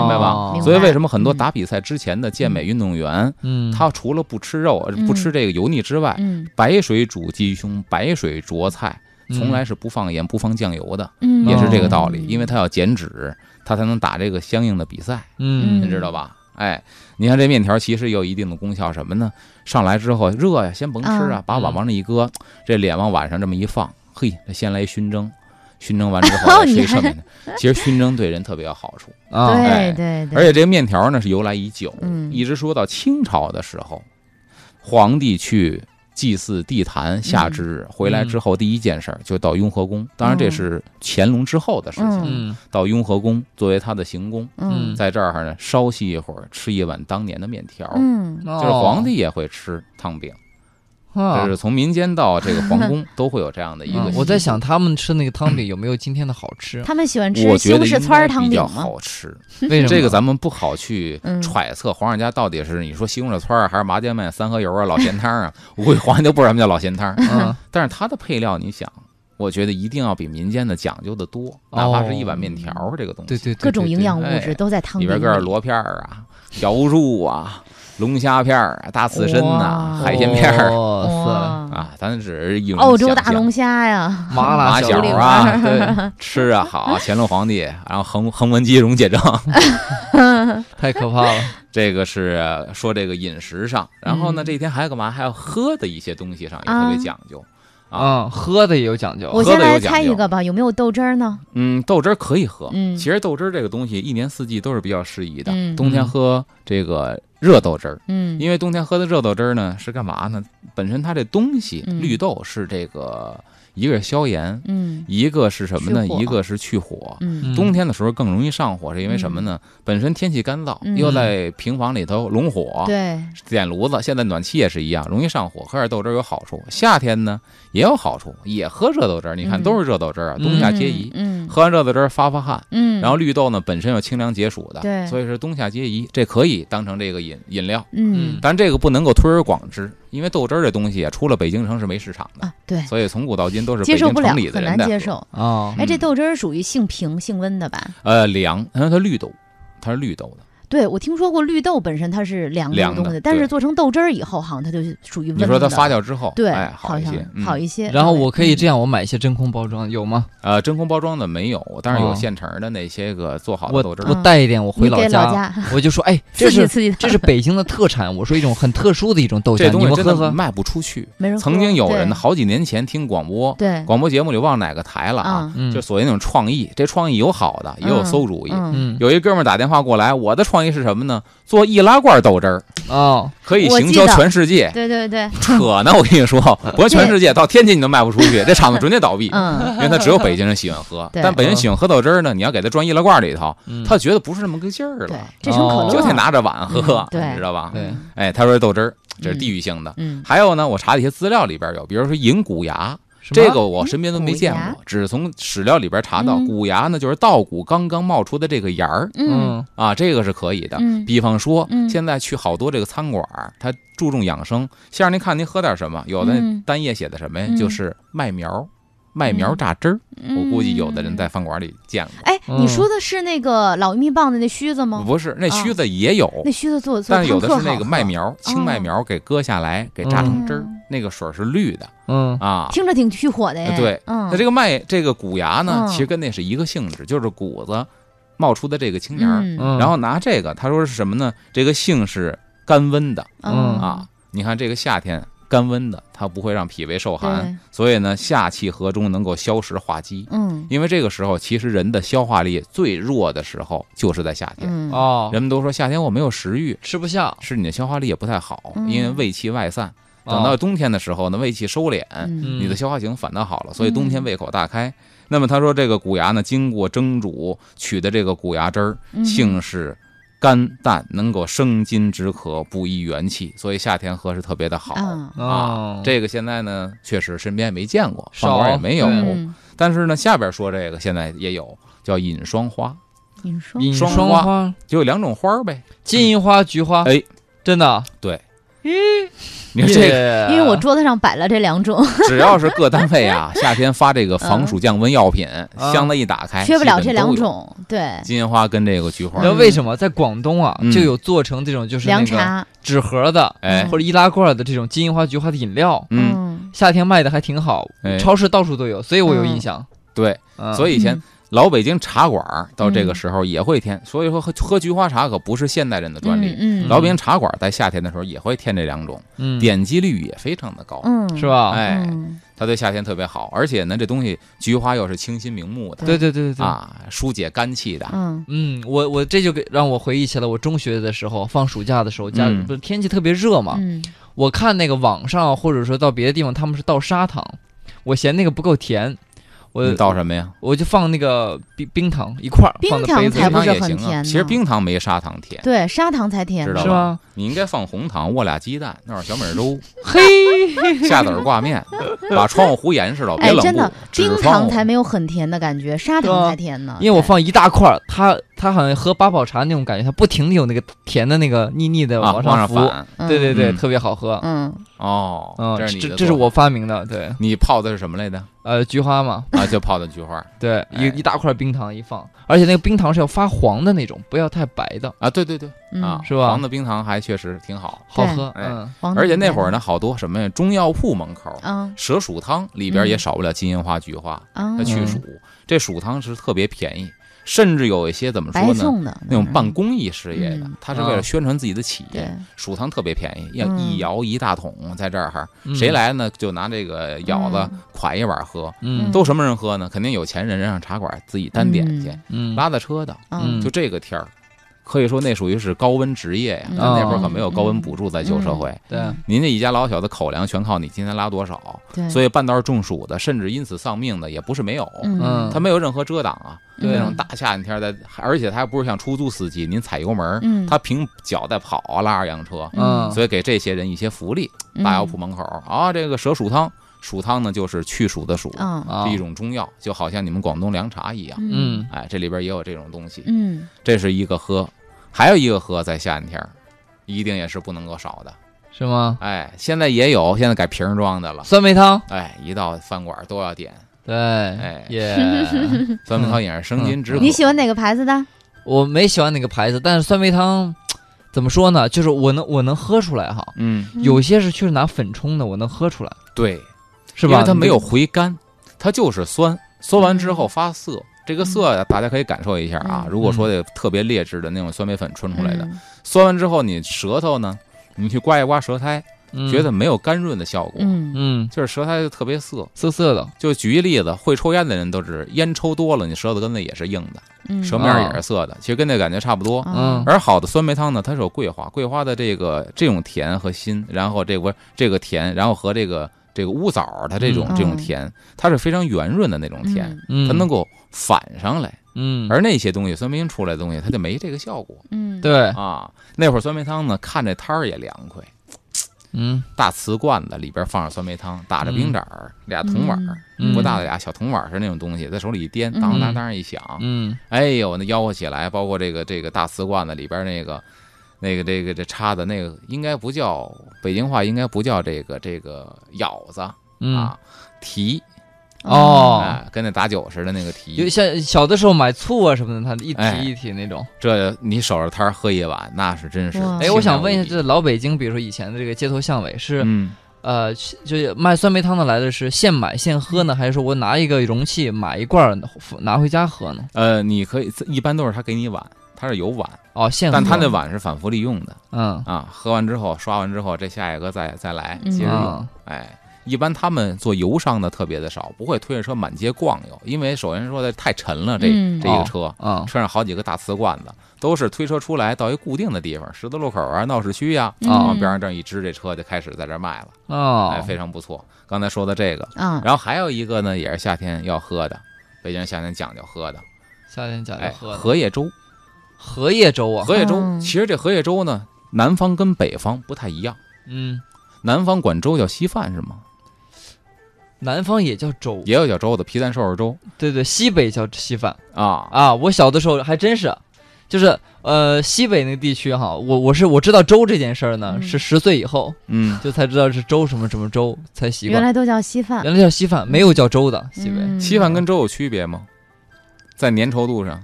Speaker 2: 明白
Speaker 1: 吧嗯明白
Speaker 2: 所以为什么很多
Speaker 1: 嗯
Speaker 2: 打比赛之前的健美运动员，
Speaker 3: 嗯，
Speaker 2: 他除了不吃肉、呃
Speaker 1: 嗯
Speaker 2: 不吃这个油腻之外，
Speaker 1: 嗯
Speaker 2: 白水煮鸡胸、白水灼菜，
Speaker 3: 嗯
Speaker 2: 从来是不放盐、不放酱油的。
Speaker 1: 嗯，
Speaker 2: 也是这个道理，
Speaker 1: 嗯
Speaker 2: 因为他要减脂，他才能打这个相应的比赛，
Speaker 3: 嗯
Speaker 2: 你知道吧？哎，你看这面条其实也有一定的功效，什么呢？上来之后热呀，先甭吃
Speaker 1: 嗯
Speaker 2: 啊，把碗往那一搁，这脸往碗上这么一放，嘿，这先来一熏蒸，熏蒸完之后
Speaker 1: 哦
Speaker 2: 再
Speaker 1: 你
Speaker 2: 吃
Speaker 1: 还
Speaker 2: 上面的。其实熏蒸对人特别有好处，
Speaker 3: 啊，
Speaker 2: 哎
Speaker 1: 对 对对，
Speaker 2: 而且这个面条呢是由来已久，
Speaker 1: 嗯
Speaker 2: 一直说到清朝的时候，皇帝去祭祀地坛下
Speaker 1: 嗯
Speaker 2: 旨回来之后，第一件事儿就到雍和宫，当然这
Speaker 1: 哦
Speaker 2: 是乾隆之后的事情。
Speaker 3: 嗯
Speaker 2: 到雍和宫作为他的行宫，
Speaker 1: 嗯
Speaker 2: 在这儿呢稍息一会儿，吃一碗当年的面条。
Speaker 1: 嗯，
Speaker 2: 就是皇帝也会吃汤饼，
Speaker 3: 哦啊
Speaker 1: 哦
Speaker 2: 就，是从民间到这个皇 宫都会有这样的一个
Speaker 3: 嗯
Speaker 2: 习俗。
Speaker 3: 我在想他们吃那个汤饼有没有今天的好 吃？
Speaker 1: 他们喜欢吃
Speaker 2: 我
Speaker 1: 西
Speaker 2: 觉
Speaker 1: 红
Speaker 2: 得
Speaker 1: 柿
Speaker 2: 应
Speaker 1: 汆儿
Speaker 2: 该
Speaker 1: 汤
Speaker 2: 比
Speaker 1: 饼
Speaker 2: 较
Speaker 1: 吗？
Speaker 2: 好吃，
Speaker 3: 为什么
Speaker 2: 这个咱们不好去
Speaker 1: 嗯
Speaker 2: 揣测皇上家到底是你说西红柿汆儿还是麻酱面、三合油啊、老咸汤啊，我估计皇上就不知道什么叫老咸汤。
Speaker 3: 嗯
Speaker 2: 但是它的配料，你想，我觉得一定要比民间的讲究的多，哪
Speaker 1: 哦
Speaker 2: 怕是一碗面条儿这个东
Speaker 3: 对
Speaker 2: 西，
Speaker 3: 对对
Speaker 1: 各种营养物质
Speaker 2: 哎
Speaker 1: 都在汤
Speaker 2: 里
Speaker 1: 饼
Speaker 2: 边各是螺片儿啊、瑶柱啊、龙虾片儿啊、大刺身呐、
Speaker 1: 哇
Speaker 2: 海鲜片儿
Speaker 3: 哇
Speaker 1: 哇，
Speaker 2: 啊，咱只是一种
Speaker 1: 澳洲
Speaker 2: 想
Speaker 1: 大
Speaker 2: 象
Speaker 1: 龙虾
Speaker 2: 啊
Speaker 1: 呀，
Speaker 3: 塞，麻辣
Speaker 2: 马
Speaker 1: 小
Speaker 2: 小
Speaker 1: 柳
Speaker 2: 啊，
Speaker 1: 儿
Speaker 2: 对，吃啊好，乾隆皇帝，然后横横纹肌溶解症，
Speaker 3: 太可 怕了。
Speaker 2: 这个是呃说这个饮食上，然后呢，
Speaker 1: 嗯
Speaker 2: 这一天还要干嘛？还要喝的一些东西上也
Speaker 1: 啊
Speaker 2: 特别讲究。
Speaker 3: 啊，喝的也有讲究啊
Speaker 1: 我
Speaker 2: 喝
Speaker 1: 先
Speaker 2: 的有
Speaker 1: 来
Speaker 2: 讲
Speaker 1: 猜一
Speaker 2: 究
Speaker 1: 个吧，有没有豆汁儿呢？
Speaker 2: 嗯，豆汁儿可以喝，
Speaker 1: 嗯
Speaker 2: 其实豆汁儿这个东西一年四季都是比较适宜的，
Speaker 1: 嗯
Speaker 2: 冬天喝这个热豆汁儿，
Speaker 1: 嗯，
Speaker 2: 因为冬天喝的热豆汁儿呢是干嘛呢？本身它这东西、
Speaker 1: 嗯
Speaker 2: 绿豆是这个一个是消炎，
Speaker 1: 嗯
Speaker 2: 一个是什么呢？
Speaker 1: 去火
Speaker 2: 一个是去火。
Speaker 1: 嗯
Speaker 3: 嗯
Speaker 2: 冬天的时候更容易上火，是因为什么呢？本身天气干燥，
Speaker 1: 嗯
Speaker 2: 又在平房里头拢火，
Speaker 1: 对，
Speaker 2: 点炉子，现在暖气也是一样，容易上火。喝点豆汁儿有好处，夏天呢也有好处，也喝热豆汁儿。你看
Speaker 1: 嗯
Speaker 2: 都是热豆汁儿啊，冬夏皆宜。
Speaker 1: 嗯
Speaker 2: 喝完热豆汁儿发发汗，
Speaker 1: 嗯，
Speaker 2: 然后绿豆呢本身又清凉解暑的，
Speaker 1: 对
Speaker 2: 所以是冬夏皆宜，这可以当成这个饮饮料。
Speaker 1: 嗯
Speaker 3: 嗯
Speaker 2: 但这个不能够推而广之，因为豆汁儿这东西啊，出了北京城是没市场的，
Speaker 1: 啊，对，
Speaker 2: 所以从古到今都是
Speaker 1: 接
Speaker 2: 北
Speaker 1: 受
Speaker 2: 京
Speaker 1: 不了
Speaker 2: 城里，的
Speaker 1: 很
Speaker 2: 人
Speaker 1: 难
Speaker 2: 在
Speaker 1: 接
Speaker 2: 喝
Speaker 1: 受。
Speaker 3: 啊，
Speaker 1: 哎，这
Speaker 2: 嗯
Speaker 1: 豆汁儿属于性平性温的吧？
Speaker 2: 呃凉，因为它绿豆，它是绿豆的。
Speaker 1: 对，我听说过绿豆本身它是凉的
Speaker 2: 凉的
Speaker 1: 东西，但是
Speaker 2: 对
Speaker 1: 做成豆汁儿以后，好像它就属于温嗯
Speaker 2: 你
Speaker 1: 的。
Speaker 2: 说它发酵之后，
Speaker 1: 对，
Speaker 2: 哎，
Speaker 1: 好
Speaker 2: 一
Speaker 1: 像
Speaker 2: 些，嗯
Speaker 1: 好一些。
Speaker 3: 然后我可以
Speaker 1: 嗯
Speaker 3: 这样，我买一些真空包装，有吗？
Speaker 2: 呃，真空包装的没有，但是有
Speaker 3: 哦
Speaker 2: 现成的那些个做好的
Speaker 3: 我
Speaker 2: 豆汁儿
Speaker 3: 我。带一点，我
Speaker 1: 嗯
Speaker 3: 回
Speaker 1: 你给老
Speaker 3: 家，
Speaker 1: 家
Speaker 3: 我就说，哎，这
Speaker 1: 刺激
Speaker 3: 是
Speaker 1: 刺激他，
Speaker 3: 这是北京的特产，我说一种很特殊的一种豆
Speaker 2: 这
Speaker 3: 浆，
Speaker 2: 东
Speaker 3: 你
Speaker 2: 西
Speaker 3: 们
Speaker 2: 真
Speaker 3: 喝
Speaker 2: 的
Speaker 3: 喝。
Speaker 2: 卖不出去。
Speaker 1: 没人
Speaker 2: 曾
Speaker 1: 喝
Speaker 2: 经有
Speaker 1: 对
Speaker 2: 人好几年前听广播，
Speaker 1: 对
Speaker 2: 广播节目里忘哪个台了啊，
Speaker 1: 啊，
Speaker 3: 嗯
Speaker 2: 就所谓那种创意，这创意有好的，也有
Speaker 1: 嗯
Speaker 2: 馊主意。
Speaker 1: 嗯，
Speaker 3: 嗯
Speaker 2: 有一哥们儿打电话过来，我的创意是什么呢？做易拉罐豆汁儿，
Speaker 3: 哦，
Speaker 2: 可以
Speaker 1: 我
Speaker 2: 行
Speaker 1: 记
Speaker 2: 销
Speaker 1: 得
Speaker 2: 全 世界。
Speaker 1: 对对对，
Speaker 2: 扯呢，我跟你 说，不是全世界，到天津你都卖不出去，这厂子准得倒闭，
Speaker 1: 嗯，
Speaker 2: 因为它只有北京人喜欢喝。
Speaker 1: 对
Speaker 2: 但北京喜欢喝豆汁儿呢，你要给它装易拉罐里头，
Speaker 3: 嗯
Speaker 2: 他觉得不是那么个劲儿
Speaker 1: 对
Speaker 2: 了，，
Speaker 1: 这成可
Speaker 3: 哦
Speaker 1: 乐，
Speaker 2: 就得拿着碗喝
Speaker 1: 嗯，对
Speaker 2: 你知道吧？
Speaker 3: 对
Speaker 2: 哎，他说豆汁儿这是地域性的。
Speaker 1: 嗯，
Speaker 2: 还有呢，我查了一些资料里边有，比如说银骨芽，
Speaker 3: 什么
Speaker 2: 这个我身边都没见
Speaker 1: 嗯银骨
Speaker 2: 过，只是从史料里边查到，
Speaker 1: 嗯
Speaker 2: 骨芽呢就是稻谷刚刚冒出的这个芽儿
Speaker 1: 嗯
Speaker 2: 啊，这个是可以的。
Speaker 1: 嗯
Speaker 2: 比方说，
Speaker 1: 嗯
Speaker 2: 现在去好多这个餐馆儿，它注重养生。先生，您看您喝点什么？有的
Speaker 1: 嗯
Speaker 2: 单页写的什么呀？
Speaker 1: 嗯
Speaker 2: 就是麦苗，麦苗榨汁儿。
Speaker 1: 嗯，
Speaker 2: 我估计有的人在饭馆里见过，
Speaker 1: 哎，你
Speaker 3: 嗯
Speaker 1: 说的是那个老玉米棒的那须子吗？
Speaker 2: 不是那须子也有，
Speaker 1: 嗯哦那须子做做
Speaker 2: 但
Speaker 1: 汤
Speaker 2: 是有的
Speaker 1: 特
Speaker 2: 是那
Speaker 1: 好哦嗯
Speaker 2: 个麦
Speaker 1: 喝，
Speaker 2: 苗，青麦苗给割下来，给榨成汁儿，那个水儿是绿的
Speaker 3: 嗯
Speaker 2: 啊。
Speaker 1: 听着挺去火的耶。
Speaker 2: 对
Speaker 1: 嗯，
Speaker 2: 那这个麦这个谷芽呢
Speaker 1: 嗯，
Speaker 2: 其实跟那是一个性质，就是谷子冒出的这个青芽儿。
Speaker 1: 嗯
Speaker 3: 嗯，
Speaker 2: 然后拿这个，他说是什么呢？这个性是甘温的
Speaker 3: 嗯
Speaker 2: 啊，。你看这个夏天甘温的，它不会让脾胃受寒
Speaker 1: 对，
Speaker 2: 所以呢，夏气和中能够消食化积。
Speaker 1: 嗯
Speaker 2: 因为这个时候，其实人的消化力最弱的时候就是在夏天。
Speaker 1: 嗯
Speaker 3: 哦，
Speaker 2: 人们都说夏天我没有食欲，
Speaker 3: 吃不下，
Speaker 2: 是你的消化力也不太好，
Speaker 1: 嗯
Speaker 2: 因为胃气外散。
Speaker 3: 哦
Speaker 2: 等到冬天的时候呢，胃气收敛，
Speaker 1: 嗯
Speaker 2: 你的消化型反倒好了，所以冬天
Speaker 1: 嗯
Speaker 2: 胃口大开。那么他说，这个骨芽呢，经过蒸煮取的这个骨芽汁儿，
Speaker 1: 嗯
Speaker 2: 性是甘淡，能够生津止渴，补益元气，所以夏天喝是特别的好。
Speaker 1: 啊，
Speaker 2: 啊
Speaker 3: 哦，
Speaker 2: 这个现在呢，确实身边也没见过，
Speaker 3: 少
Speaker 2: 饭馆也没有。
Speaker 1: 嗯，
Speaker 2: 但是呢，下边说这个现在也有，叫饮霜花，
Speaker 1: 你说
Speaker 3: 银
Speaker 2: 双
Speaker 3: 双
Speaker 2: 花
Speaker 3: 花、
Speaker 2: 就有两种花儿呗。
Speaker 3: 金银花、菊花，
Speaker 2: 哎，
Speaker 3: 真的，
Speaker 2: 你说这个，
Speaker 3: 个
Speaker 1: 因为我桌子上摆了这两种，
Speaker 2: 只要是各单位啊， 夏天发这个防暑降温药品，
Speaker 3: 嗯
Speaker 2: 箱子一打开，
Speaker 1: 缺不了这两
Speaker 2: 哎基本都有。
Speaker 1: 种，对，
Speaker 2: 金银花跟这个菊花
Speaker 3: 你知，道为什么在广东啊
Speaker 2: 嗯
Speaker 3: 就有做成这种就是那
Speaker 1: 凉
Speaker 3: 个
Speaker 1: 茶，
Speaker 3: 纸盒的
Speaker 2: 哎，
Speaker 3: 或者易拉罐的这种金银花、菊花的饮料，
Speaker 2: 嗯，
Speaker 1: 嗯，
Speaker 3: 夏天卖的还挺好
Speaker 2: 哎，
Speaker 3: 超市到处都有，所以我有印象。
Speaker 2: 对，
Speaker 3: 嗯
Speaker 2: 所以以前
Speaker 1: 嗯
Speaker 2: 老北京茶馆儿到这个时候也会添，所以说喝喝菊花茶可不是现代人的专利。
Speaker 1: 嗯，嗯
Speaker 2: 老北京茶馆在夏天的时候也会添这两种，
Speaker 3: 嗯
Speaker 2: 点击率也非常的高，
Speaker 1: 嗯，
Speaker 3: 是？吧？
Speaker 2: 哎，
Speaker 1: 嗯
Speaker 2: 它对夏天特别好，而且呢，这东西菊花又是清心明目的，
Speaker 3: 对对对对对。
Speaker 2: 啊，疏解肝气的，
Speaker 1: 嗯
Speaker 3: 嗯，我我这就给让我回忆起了我中学的时候，放暑假的时候，家里
Speaker 2: 嗯
Speaker 3: 不是天气特别热嘛，
Speaker 1: 嗯，
Speaker 3: 我看那个网上或者说到别的地方，他们是倒砂糖，我嫌那个不够甜，我
Speaker 2: 你倒什么呀？
Speaker 3: 我就放那个冰冰糖一块儿，
Speaker 1: 冰
Speaker 3: 放在
Speaker 1: 糖
Speaker 3: 杯子
Speaker 1: 才
Speaker 2: 冰
Speaker 1: 不
Speaker 2: 糖
Speaker 3: 里
Speaker 1: 是
Speaker 2: 也
Speaker 1: 很
Speaker 2: 行
Speaker 1: 甜
Speaker 2: 啊，
Speaker 1: 呢
Speaker 2: 其实冰糖没砂糖甜，
Speaker 1: 对，砂糖才甜
Speaker 2: 知道
Speaker 1: 呢，
Speaker 3: 是吧？
Speaker 2: 你应该放红糖，卧俩鸡蛋，弄点小米粥，
Speaker 3: 嘿，
Speaker 2: 下子儿挂面，把窗户糊严实了，别
Speaker 1: 哎，
Speaker 2: 冷
Speaker 1: 真的
Speaker 2: 固，，指
Speaker 1: 冰
Speaker 2: 着窗
Speaker 1: 糖
Speaker 2: 户
Speaker 1: 才没有很甜的感觉，砂
Speaker 3: 是吧
Speaker 1: 糖
Speaker 2: 啊
Speaker 1: 才甜呢，
Speaker 3: 因为我
Speaker 1: 对
Speaker 3: 放一大块儿，它它好像喝八宝茶那种感觉，它不停的有那个甜的那个腻腻的
Speaker 2: 啊
Speaker 3: 往
Speaker 2: 往上
Speaker 3: 浮，
Speaker 2: 反
Speaker 3: 对对对，
Speaker 2: 嗯
Speaker 3: 特别好喝。
Speaker 1: 嗯，
Speaker 2: 哦，
Speaker 3: 嗯，
Speaker 2: 这是你的
Speaker 3: 这这是
Speaker 2: 做法
Speaker 3: 我，发明的，对，
Speaker 2: 你泡的是什么来的？
Speaker 3: 呃，菊花嘛，
Speaker 2: 啊，就泡的菊花
Speaker 3: 对，一
Speaker 2: 哎
Speaker 3: 一大块冰糖一放，而且那个冰糖是要发黄的那种，不要太白的，
Speaker 2: 啊，对对对，
Speaker 1: 嗯
Speaker 2: 啊，
Speaker 3: 是吧
Speaker 2: 黄的冰糖还确实挺好，
Speaker 3: 好喝。
Speaker 2: 对
Speaker 3: 嗯，
Speaker 1: 嗯，
Speaker 2: 而且那会儿呢，，好多什么呀，中药铺门口
Speaker 1: 嗯
Speaker 2: 蛇鼠汤里边也少不了金银花、菊花，
Speaker 1: 啊
Speaker 2: 它，去
Speaker 3: 嗯
Speaker 2: 暑，这鼠汤是特别便宜，甚至有一些怎么
Speaker 1: 白
Speaker 2: 说呢？
Speaker 1: 送的
Speaker 2: 那种办公益事业的
Speaker 1: 嗯，
Speaker 2: 它是为了
Speaker 3: 啊
Speaker 2: 宣传自己的企业
Speaker 1: 对，，
Speaker 2: 鼠汤特别便宜，要
Speaker 1: 嗯
Speaker 2: 一摇一大桶，在这儿
Speaker 3: 嗯
Speaker 2: 谁？来呢就拿这个舀子
Speaker 1: 嗯
Speaker 2: 㧟一碗喝，
Speaker 3: 嗯
Speaker 2: 都什么人喝呢？肯定有钱人，人上茶馆自己单点去，
Speaker 3: 嗯，
Speaker 2: 拉着车的，
Speaker 1: 嗯
Speaker 3: 嗯
Speaker 2: 就这个天儿，可以说那属于是高温职业呀。
Speaker 1: 嗯
Speaker 2: 咱那会儿可
Speaker 1: 嗯
Speaker 2: 没有高温补助在旧社会，
Speaker 3: 对，
Speaker 2: 您这一家老小的口粮全靠你今天拉多少，
Speaker 1: 对，
Speaker 2: 所
Speaker 1: 以
Speaker 2: 以半道中暑的，甚至因此丧命的也不是没有。
Speaker 1: 嗯
Speaker 3: 嗯
Speaker 2: 他没有任何遮挡啊，
Speaker 3: 对
Speaker 2: 那
Speaker 3: 啊
Speaker 2: 种大夏天在，而且他还不是像出租司机，您踩油门儿，
Speaker 1: 嗯
Speaker 2: 他凭脚在跑啊，拉二辆车，
Speaker 3: 嗯
Speaker 2: 所以给这些人一些福利。
Speaker 1: 嗯
Speaker 2: 大药铺门口啊，这个蛇鼠汤，鼠汤呢就是去暑的暑，
Speaker 1: 嗯
Speaker 3: 啊
Speaker 2: 是一种中药，就好像你们广东凉茶一样。
Speaker 1: 嗯
Speaker 3: 嗯
Speaker 2: 哎，这里边也有这种东西。
Speaker 1: 嗯
Speaker 2: 这是一个喝，还有一个喝在夏天儿，一定也是不能够少的。
Speaker 3: 是吗？
Speaker 2: 哎，现在也有，现在改瓶装的了。
Speaker 3: 酸梅汤，
Speaker 2: 哎，一到饭馆都要点，
Speaker 3: 对，
Speaker 2: 哎
Speaker 3: 耶，
Speaker 2: 酸梅汤也是生津止渴。
Speaker 1: 嗯你喜欢哪个牌子的？嗯
Speaker 3: 我没喜欢哪个牌子，但是酸梅汤怎么说呢？就是我能我能喝出来哈，
Speaker 2: 嗯，
Speaker 1: 嗯
Speaker 3: 有些是确实拿粉冲的，我能喝出来，
Speaker 2: 对，
Speaker 3: 是
Speaker 2: 因
Speaker 3: 吧？
Speaker 2: 为它没有
Speaker 3: 你
Speaker 2: 回甘，它就是酸，酸完之后发涩。这个涩呀，大家可以感受一下啊。
Speaker 1: 嗯
Speaker 2: 如果说的特别劣质的那种酸梅粉冲出来的，
Speaker 1: 嗯
Speaker 2: 酸完之后你舌头呢，你去刮一刮舌苔，
Speaker 3: 嗯
Speaker 2: 觉得没有甘润的效果，
Speaker 1: 嗯
Speaker 3: 嗯
Speaker 2: 就是舌苔就特别涩。
Speaker 3: 涩涩的，
Speaker 2: 就举一例子，会抽烟的人都知，烟抽多了，你舌头根子也是硬的，
Speaker 1: 嗯
Speaker 2: 舌面儿也是涩的，其实跟那感觉差不多。
Speaker 1: 哦
Speaker 3: 嗯
Speaker 2: 而好的酸梅汤呢，它是有桂花，桂花的这个这种甜和辛，然后这个这个甜，然后和这个这个乌枣儿它这种
Speaker 1: 嗯
Speaker 2: 这种甜，它是非常圆润的那种甜，
Speaker 3: 嗯，
Speaker 2: 它能够反上来。
Speaker 3: 嗯，
Speaker 2: 而那些东西酸梅出来的东西，它就没这个效果
Speaker 1: 嗯
Speaker 3: 对，
Speaker 2: 啊。那会儿酸梅汤呢，看这摊儿也凉快，
Speaker 3: 嗯
Speaker 2: 大瓷罐子里边放着酸梅汤，打着冰
Speaker 3: 嗯
Speaker 2: 盏儿，俩铜碗儿，
Speaker 3: 嗯
Speaker 2: 不大的俩小铜碗儿是那种东西，在手里一颠，当当当一响，
Speaker 3: 嗯
Speaker 2: 哎呦，那吆喝起来，包括这个这个大瓷罐子里边那个那个这个这叉子，那个应该不叫北京话，应该不叫这个这个舀子
Speaker 3: 嗯，
Speaker 2: 啊，提
Speaker 3: 哦
Speaker 2: 哎，跟那打酒似的那个
Speaker 3: 有
Speaker 2: 提。
Speaker 3: 像小的时候买醋啊什么的，它一
Speaker 2: 哎
Speaker 3: 提一提那种。
Speaker 2: 这你守着摊儿喝一碗，那是真是。
Speaker 1: 哇
Speaker 3: 哎，我想问一下，
Speaker 2: 这
Speaker 3: 这老北京，比如说以前的这个街头巷尾是、
Speaker 2: 嗯，
Speaker 3: 呃，就是卖酸梅汤的来的是现买现喝呢，还是说我拿一个容器买一罐儿拿回家喝呢？
Speaker 2: 呃，你可以一般都是他给你碗，他是有碗，
Speaker 3: 哦，现喝，
Speaker 2: 但他那碗是反复利用的
Speaker 3: 嗯
Speaker 2: 啊。喝完之后刷完之后，这下一个再再来
Speaker 1: 嗯
Speaker 2: 接着用。
Speaker 3: 啊
Speaker 2: 哎，一般他们做油商的特别的少，不会推着车满街逛游，因为首先说的太沉了，这、
Speaker 1: 嗯
Speaker 2: 这一个车、
Speaker 3: 啊
Speaker 2: 车上好几个大瓷罐子，都是推车出来到一固定的地方，十字路口啊、闹市区呀、
Speaker 1: 嗯
Speaker 2: 往边上这一支，这车就开始在这卖了，哎，
Speaker 3: 啊！
Speaker 2: 非常不错。刚才说的这个，
Speaker 1: 啊
Speaker 2: 然后还有一个呢，也是夏天要喝的，北京人夏天讲究喝的，
Speaker 3: 夏天讲
Speaker 2: 哎
Speaker 3: 究，喝的
Speaker 2: 荷叶粥，
Speaker 3: 荷叶粥啊，
Speaker 2: 荷叶粥，
Speaker 1: 嗯
Speaker 2: 其实这荷叶粥呢，南方跟北方不太一样，
Speaker 3: 嗯，
Speaker 2: 南方管粥叫稀饭是吗？
Speaker 3: 南方也叫粥，
Speaker 2: 也有叫粥的，皮蛋瘦肉粥
Speaker 3: 对对，西北叫稀饭
Speaker 2: 啊。
Speaker 3: 啊。我小的时候还真是，啊就是呃西北那个地区哈，我我是我知道粥这件事儿呢，
Speaker 1: 嗯
Speaker 3: 是十岁以后
Speaker 2: 嗯，
Speaker 3: 就才知道是粥什么什么粥才习
Speaker 1: 原
Speaker 3: 惯。
Speaker 1: 来都叫稀饭。
Speaker 3: 原来叫稀饭，没有叫粥的西北，
Speaker 1: 嗯
Speaker 2: 稀饭跟粥有区别吗？在粘稠度上，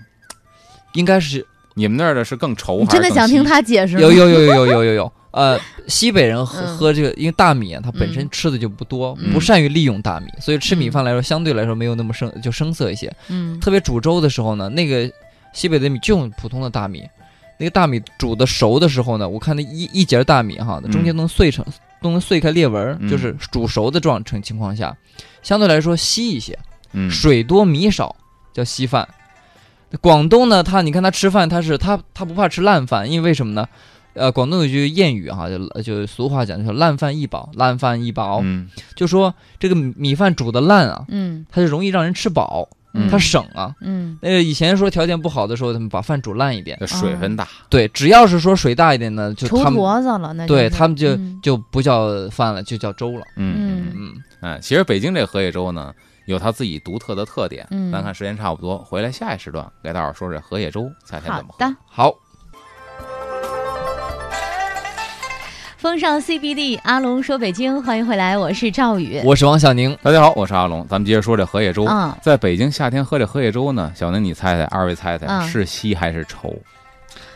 Speaker 3: 应该是
Speaker 2: 你们那儿的是更稠
Speaker 1: 你
Speaker 2: 还是
Speaker 1: 真的
Speaker 2: 更
Speaker 1: 想听
Speaker 2: 稀？
Speaker 1: 他解 释吗？
Speaker 3: 有有有有有有有有。呃，西北人喝、
Speaker 1: 嗯
Speaker 3: 喝这个，因为大米啊，它本身
Speaker 1: 嗯
Speaker 3: 吃的就不多，
Speaker 1: 嗯
Speaker 3: 不善于利用大米，所以吃米
Speaker 1: 嗯
Speaker 3: 饭来说，相对来说没有那么生，就生涩一些。
Speaker 1: 嗯，
Speaker 3: 特别煮粥的时候呢，那个西北的米就用普通的大米，那个大米煮的熟的时候呢，我看那一一节大米哈，
Speaker 2: 嗯
Speaker 3: 中间能碎成，都能碎开裂纹儿，
Speaker 2: 嗯
Speaker 3: 就是煮熟的状成情况下，相对来说稀一些，
Speaker 2: 嗯，
Speaker 3: 水多米少叫稀饭。广东呢，他你看他吃饭，他是他他不怕吃烂饭，因为为什么呢？呃，广东有句谚语哈，就就俗话讲，就烂饭一饱，烂饭一饱，
Speaker 2: 嗯
Speaker 3: 就说这个米米饭煮的烂啊，
Speaker 1: 嗯
Speaker 3: 它就容易让人吃饱，
Speaker 2: 嗯
Speaker 3: 它省啊。
Speaker 1: 嗯
Speaker 3: 那个以前说条件不好的时候，他们把饭煮烂一点。
Speaker 2: 这水分
Speaker 1: 啊
Speaker 2: 大，
Speaker 3: 对，只要是说水大一点的，就
Speaker 1: 愁
Speaker 3: 他们
Speaker 1: 坨子了，那
Speaker 3: 对
Speaker 1: 是
Speaker 3: 他们就
Speaker 1: 嗯
Speaker 3: 就不叫饭了，就叫粥了。
Speaker 2: 嗯嗯
Speaker 3: 嗯，
Speaker 2: 嗯，哎，其实北京这荷叶粥呢，有它自己独特的特点。
Speaker 1: 嗯
Speaker 2: 咱看时间差不多，回来下一时段给大伙儿说这荷叶粥夏天
Speaker 1: 好
Speaker 2: 怎么喝。
Speaker 1: 的。
Speaker 3: 好，
Speaker 1: 风尚 CBD，阿龙说北京，欢迎回来，我是赵宇。
Speaker 3: 我是王小宁。
Speaker 2: 大家好，我是阿龙，咱们接着说这荷叶粥。
Speaker 1: 嗯，
Speaker 2: 在北京夏天喝这荷叶粥呢，小宁你猜猜，二位猜猜、
Speaker 1: 嗯
Speaker 2: 是稀还是稠？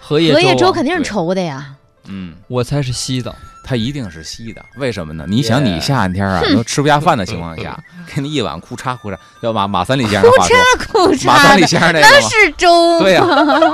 Speaker 3: 荷叶
Speaker 1: 荷叶
Speaker 3: 粥
Speaker 1: 粥
Speaker 3: 啊，
Speaker 1: 肯定是
Speaker 2: 对
Speaker 1: 稠的呀。
Speaker 2: 嗯，
Speaker 3: 我猜是稀的。
Speaker 2: 它一定是稀的，为什么呢？你想，
Speaker 3: Yeah
Speaker 2: 你夏天啊都吃不下饭的情况下，
Speaker 1: 嗯
Speaker 2: 给你一碗裤衩裤衩，要马马三立先生的话说，
Speaker 1: 裤
Speaker 2: 马
Speaker 1: 衩
Speaker 2: 三立
Speaker 1: 的
Speaker 2: 先生那
Speaker 1: 那
Speaker 2: 个吗？
Speaker 1: 是粥，
Speaker 2: 对 呀、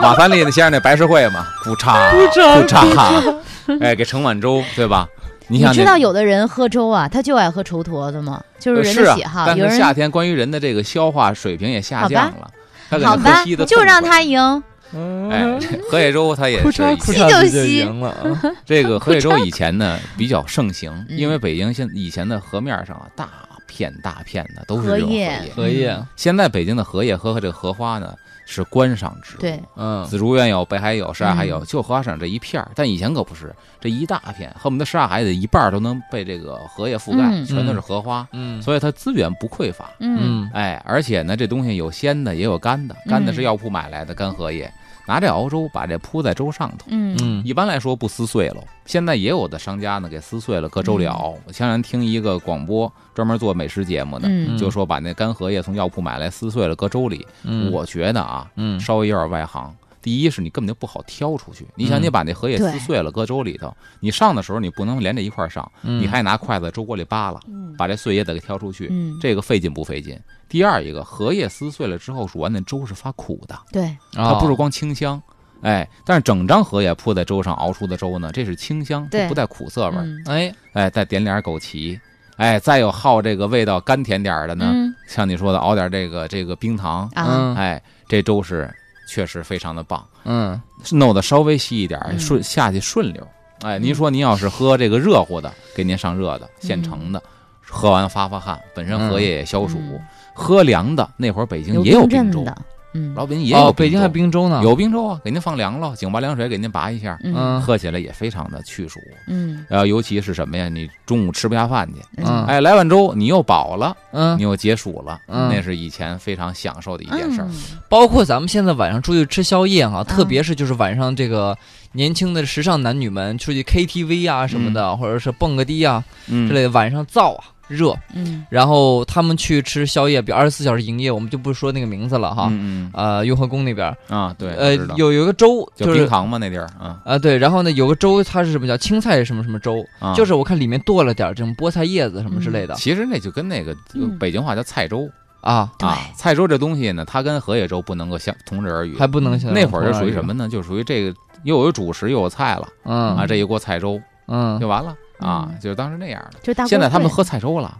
Speaker 2: 马三立的先生那白事会嘛，裤衩裤衩，哎，给盛碗粥，对吧？你
Speaker 1: 你
Speaker 2: 想
Speaker 1: 知道有的人喝粥啊，他就爱喝稠坨子吗？就是
Speaker 2: 呃
Speaker 1: 人
Speaker 2: 是
Speaker 1: 的
Speaker 2: 啊
Speaker 1: 喜好。，
Speaker 2: 但
Speaker 1: 有
Speaker 2: 是
Speaker 1: 人
Speaker 2: 夏天关于人的这个消化水平也下降了，他给
Speaker 1: 好
Speaker 2: 能喝
Speaker 1: 吧
Speaker 2: 稀的，
Speaker 1: 就让嗯他赢。
Speaker 2: 哎，荷叶粥它也
Speaker 3: 裤
Speaker 2: 是
Speaker 3: 衩
Speaker 2: 一
Speaker 3: 裤
Speaker 1: 稀
Speaker 3: 衩
Speaker 1: 就
Speaker 3: 子就
Speaker 1: 稀
Speaker 3: 赢了啊。
Speaker 2: 这 个荷叶粥以前呢比较盛行，
Speaker 1: 嗯
Speaker 2: 因为北京现以前的河面上啊大片大片的都是
Speaker 1: 荷
Speaker 2: 这种荷
Speaker 1: 叶
Speaker 2: 叶，
Speaker 3: 荷叶，
Speaker 2: 现在北京的荷叶和这个荷花呢是观赏植物，
Speaker 1: 对，
Speaker 3: 嗯，
Speaker 2: 紫竹院有，北海有，什刹海有，
Speaker 1: 嗯
Speaker 2: 就荷花上这一片儿。但以前可不是，这一大片，恨不得什刹海的一半儿都能被这个荷叶覆盖，
Speaker 1: 嗯
Speaker 2: 全都是荷花，
Speaker 3: 嗯
Speaker 2: 所以它资源不匮乏。
Speaker 1: 嗯
Speaker 3: 嗯，
Speaker 2: 哎，而且呢，这东西有鲜的，也有干的，干的是
Speaker 1: 嗯
Speaker 2: 药铺买来的干荷叶，拿这熬粥，把这铺在粥上头。
Speaker 1: 嗯
Speaker 3: 嗯
Speaker 2: 一般来说不撕碎喽，现在也有的商家呢给撕碎了搁粥里熬。我前两天听一个广播专门做美食节目的，
Speaker 1: 嗯
Speaker 2: 就说把那干荷叶从药铺买来撕碎了搁粥里。
Speaker 3: 嗯，
Speaker 2: 我觉得啊，
Speaker 3: 嗯
Speaker 2: 稍微有点外行。第一是你根本就不好挑出去，你想
Speaker 3: 嗯
Speaker 2: 你把那荷叶
Speaker 1: 对
Speaker 2: 撕碎了搁粥里头，你上的时候你不能连着一块儿上，
Speaker 3: 嗯
Speaker 2: 你还拿筷子粥锅里扒拉，
Speaker 1: 嗯
Speaker 2: 把这碎叶子给挑出去，
Speaker 1: 嗯，
Speaker 2: 这个费劲不费劲？第二一个，荷叶撕碎了之后煮完那粥是发苦的，
Speaker 1: 对，嗯
Speaker 2: 它
Speaker 3: 它
Speaker 2: 不是光清香，哎，但是整张荷叶铺在粥上熬出的粥呢，这是清香，
Speaker 1: 对
Speaker 2: 它不带苦涩味儿，
Speaker 1: 嗯
Speaker 3: 哎，
Speaker 2: 哎，再点点枸杞，哎，再有好这个味道甘甜点儿的呢，
Speaker 1: 嗯
Speaker 2: 像你说的熬点这个这个冰糖，
Speaker 1: 啊，
Speaker 3: 嗯
Speaker 2: 哎，这粥是确实非常的棒。
Speaker 3: 嗯，
Speaker 2: 弄得稍微稀一点儿，
Speaker 1: 嗯
Speaker 2: 顺下去顺溜儿。哎，您说您要是喝这个热乎的，给您上热的现成的，喝完发发汗，本身荷叶也消暑。
Speaker 1: 嗯
Speaker 2: 喝凉的，那会儿北京也
Speaker 1: 有
Speaker 2: 有
Speaker 1: 冰镇
Speaker 2: 冰粥，
Speaker 1: 的，嗯
Speaker 2: 老北京也有
Speaker 3: 哦，
Speaker 2: 粥
Speaker 3: 北京还冰粥呢。
Speaker 2: 有冰粥啊，给您放凉了，井拔凉水给您拔一下，
Speaker 1: 嗯
Speaker 3: 嗯
Speaker 2: 喝起来也非常的去暑。
Speaker 1: 嗯
Speaker 2: 呃，尤其是什么呀？你中午吃不下饭去，
Speaker 3: 嗯
Speaker 2: 哎，来碗粥，你又饱了，
Speaker 3: 嗯
Speaker 2: 你，又解暑了，
Speaker 3: 嗯
Speaker 2: 那是以前非常享受的一件事儿。
Speaker 3: 包括咱们现在晚上出去吃宵夜哈、特别是就是晚上这个年轻的时尚男女们出去 KTV 啊什么的，或者是蹦个迪啊
Speaker 2: 嗯
Speaker 3: 之类的，晚上燥啊热，
Speaker 1: 嗯
Speaker 3: 然后他们去吃宵夜，比如二十四小时营业，我们就不说那个名字了哈，
Speaker 2: 嗯
Speaker 3: 呃，雍和宫那边，
Speaker 2: 嗯啊，对，
Speaker 3: 呃
Speaker 2: 我知，道
Speaker 3: 有有一个粥
Speaker 2: 叫
Speaker 3: 就是
Speaker 2: 冰
Speaker 3: 啊、
Speaker 2: 糖嘛那地儿啊，
Speaker 3: 对，然后呢有个粥，它是什么叫青菜什么什么粥，
Speaker 2: 啊
Speaker 3: 就是我看里面剁了点这种菠菜叶子什么之类的、
Speaker 2: 其实那就跟那个呃
Speaker 1: 嗯
Speaker 2: 北京话叫菜粥、
Speaker 3: 啊，
Speaker 1: 对
Speaker 2: 啊，菜粥这东西呢，它跟荷叶粥不能够相同日而语。
Speaker 3: 还不能像
Speaker 2: 嗯那会儿就属于什么呢？就属于这个又有主食又有菜了
Speaker 3: 嗯
Speaker 2: 啊，这一锅菜粥
Speaker 3: 嗯
Speaker 2: 就完了啊
Speaker 1: 嗯，
Speaker 2: 就当时那样的。
Speaker 1: 就大锅
Speaker 2: 现在他们
Speaker 1: 烩
Speaker 2: 喝菜粥了。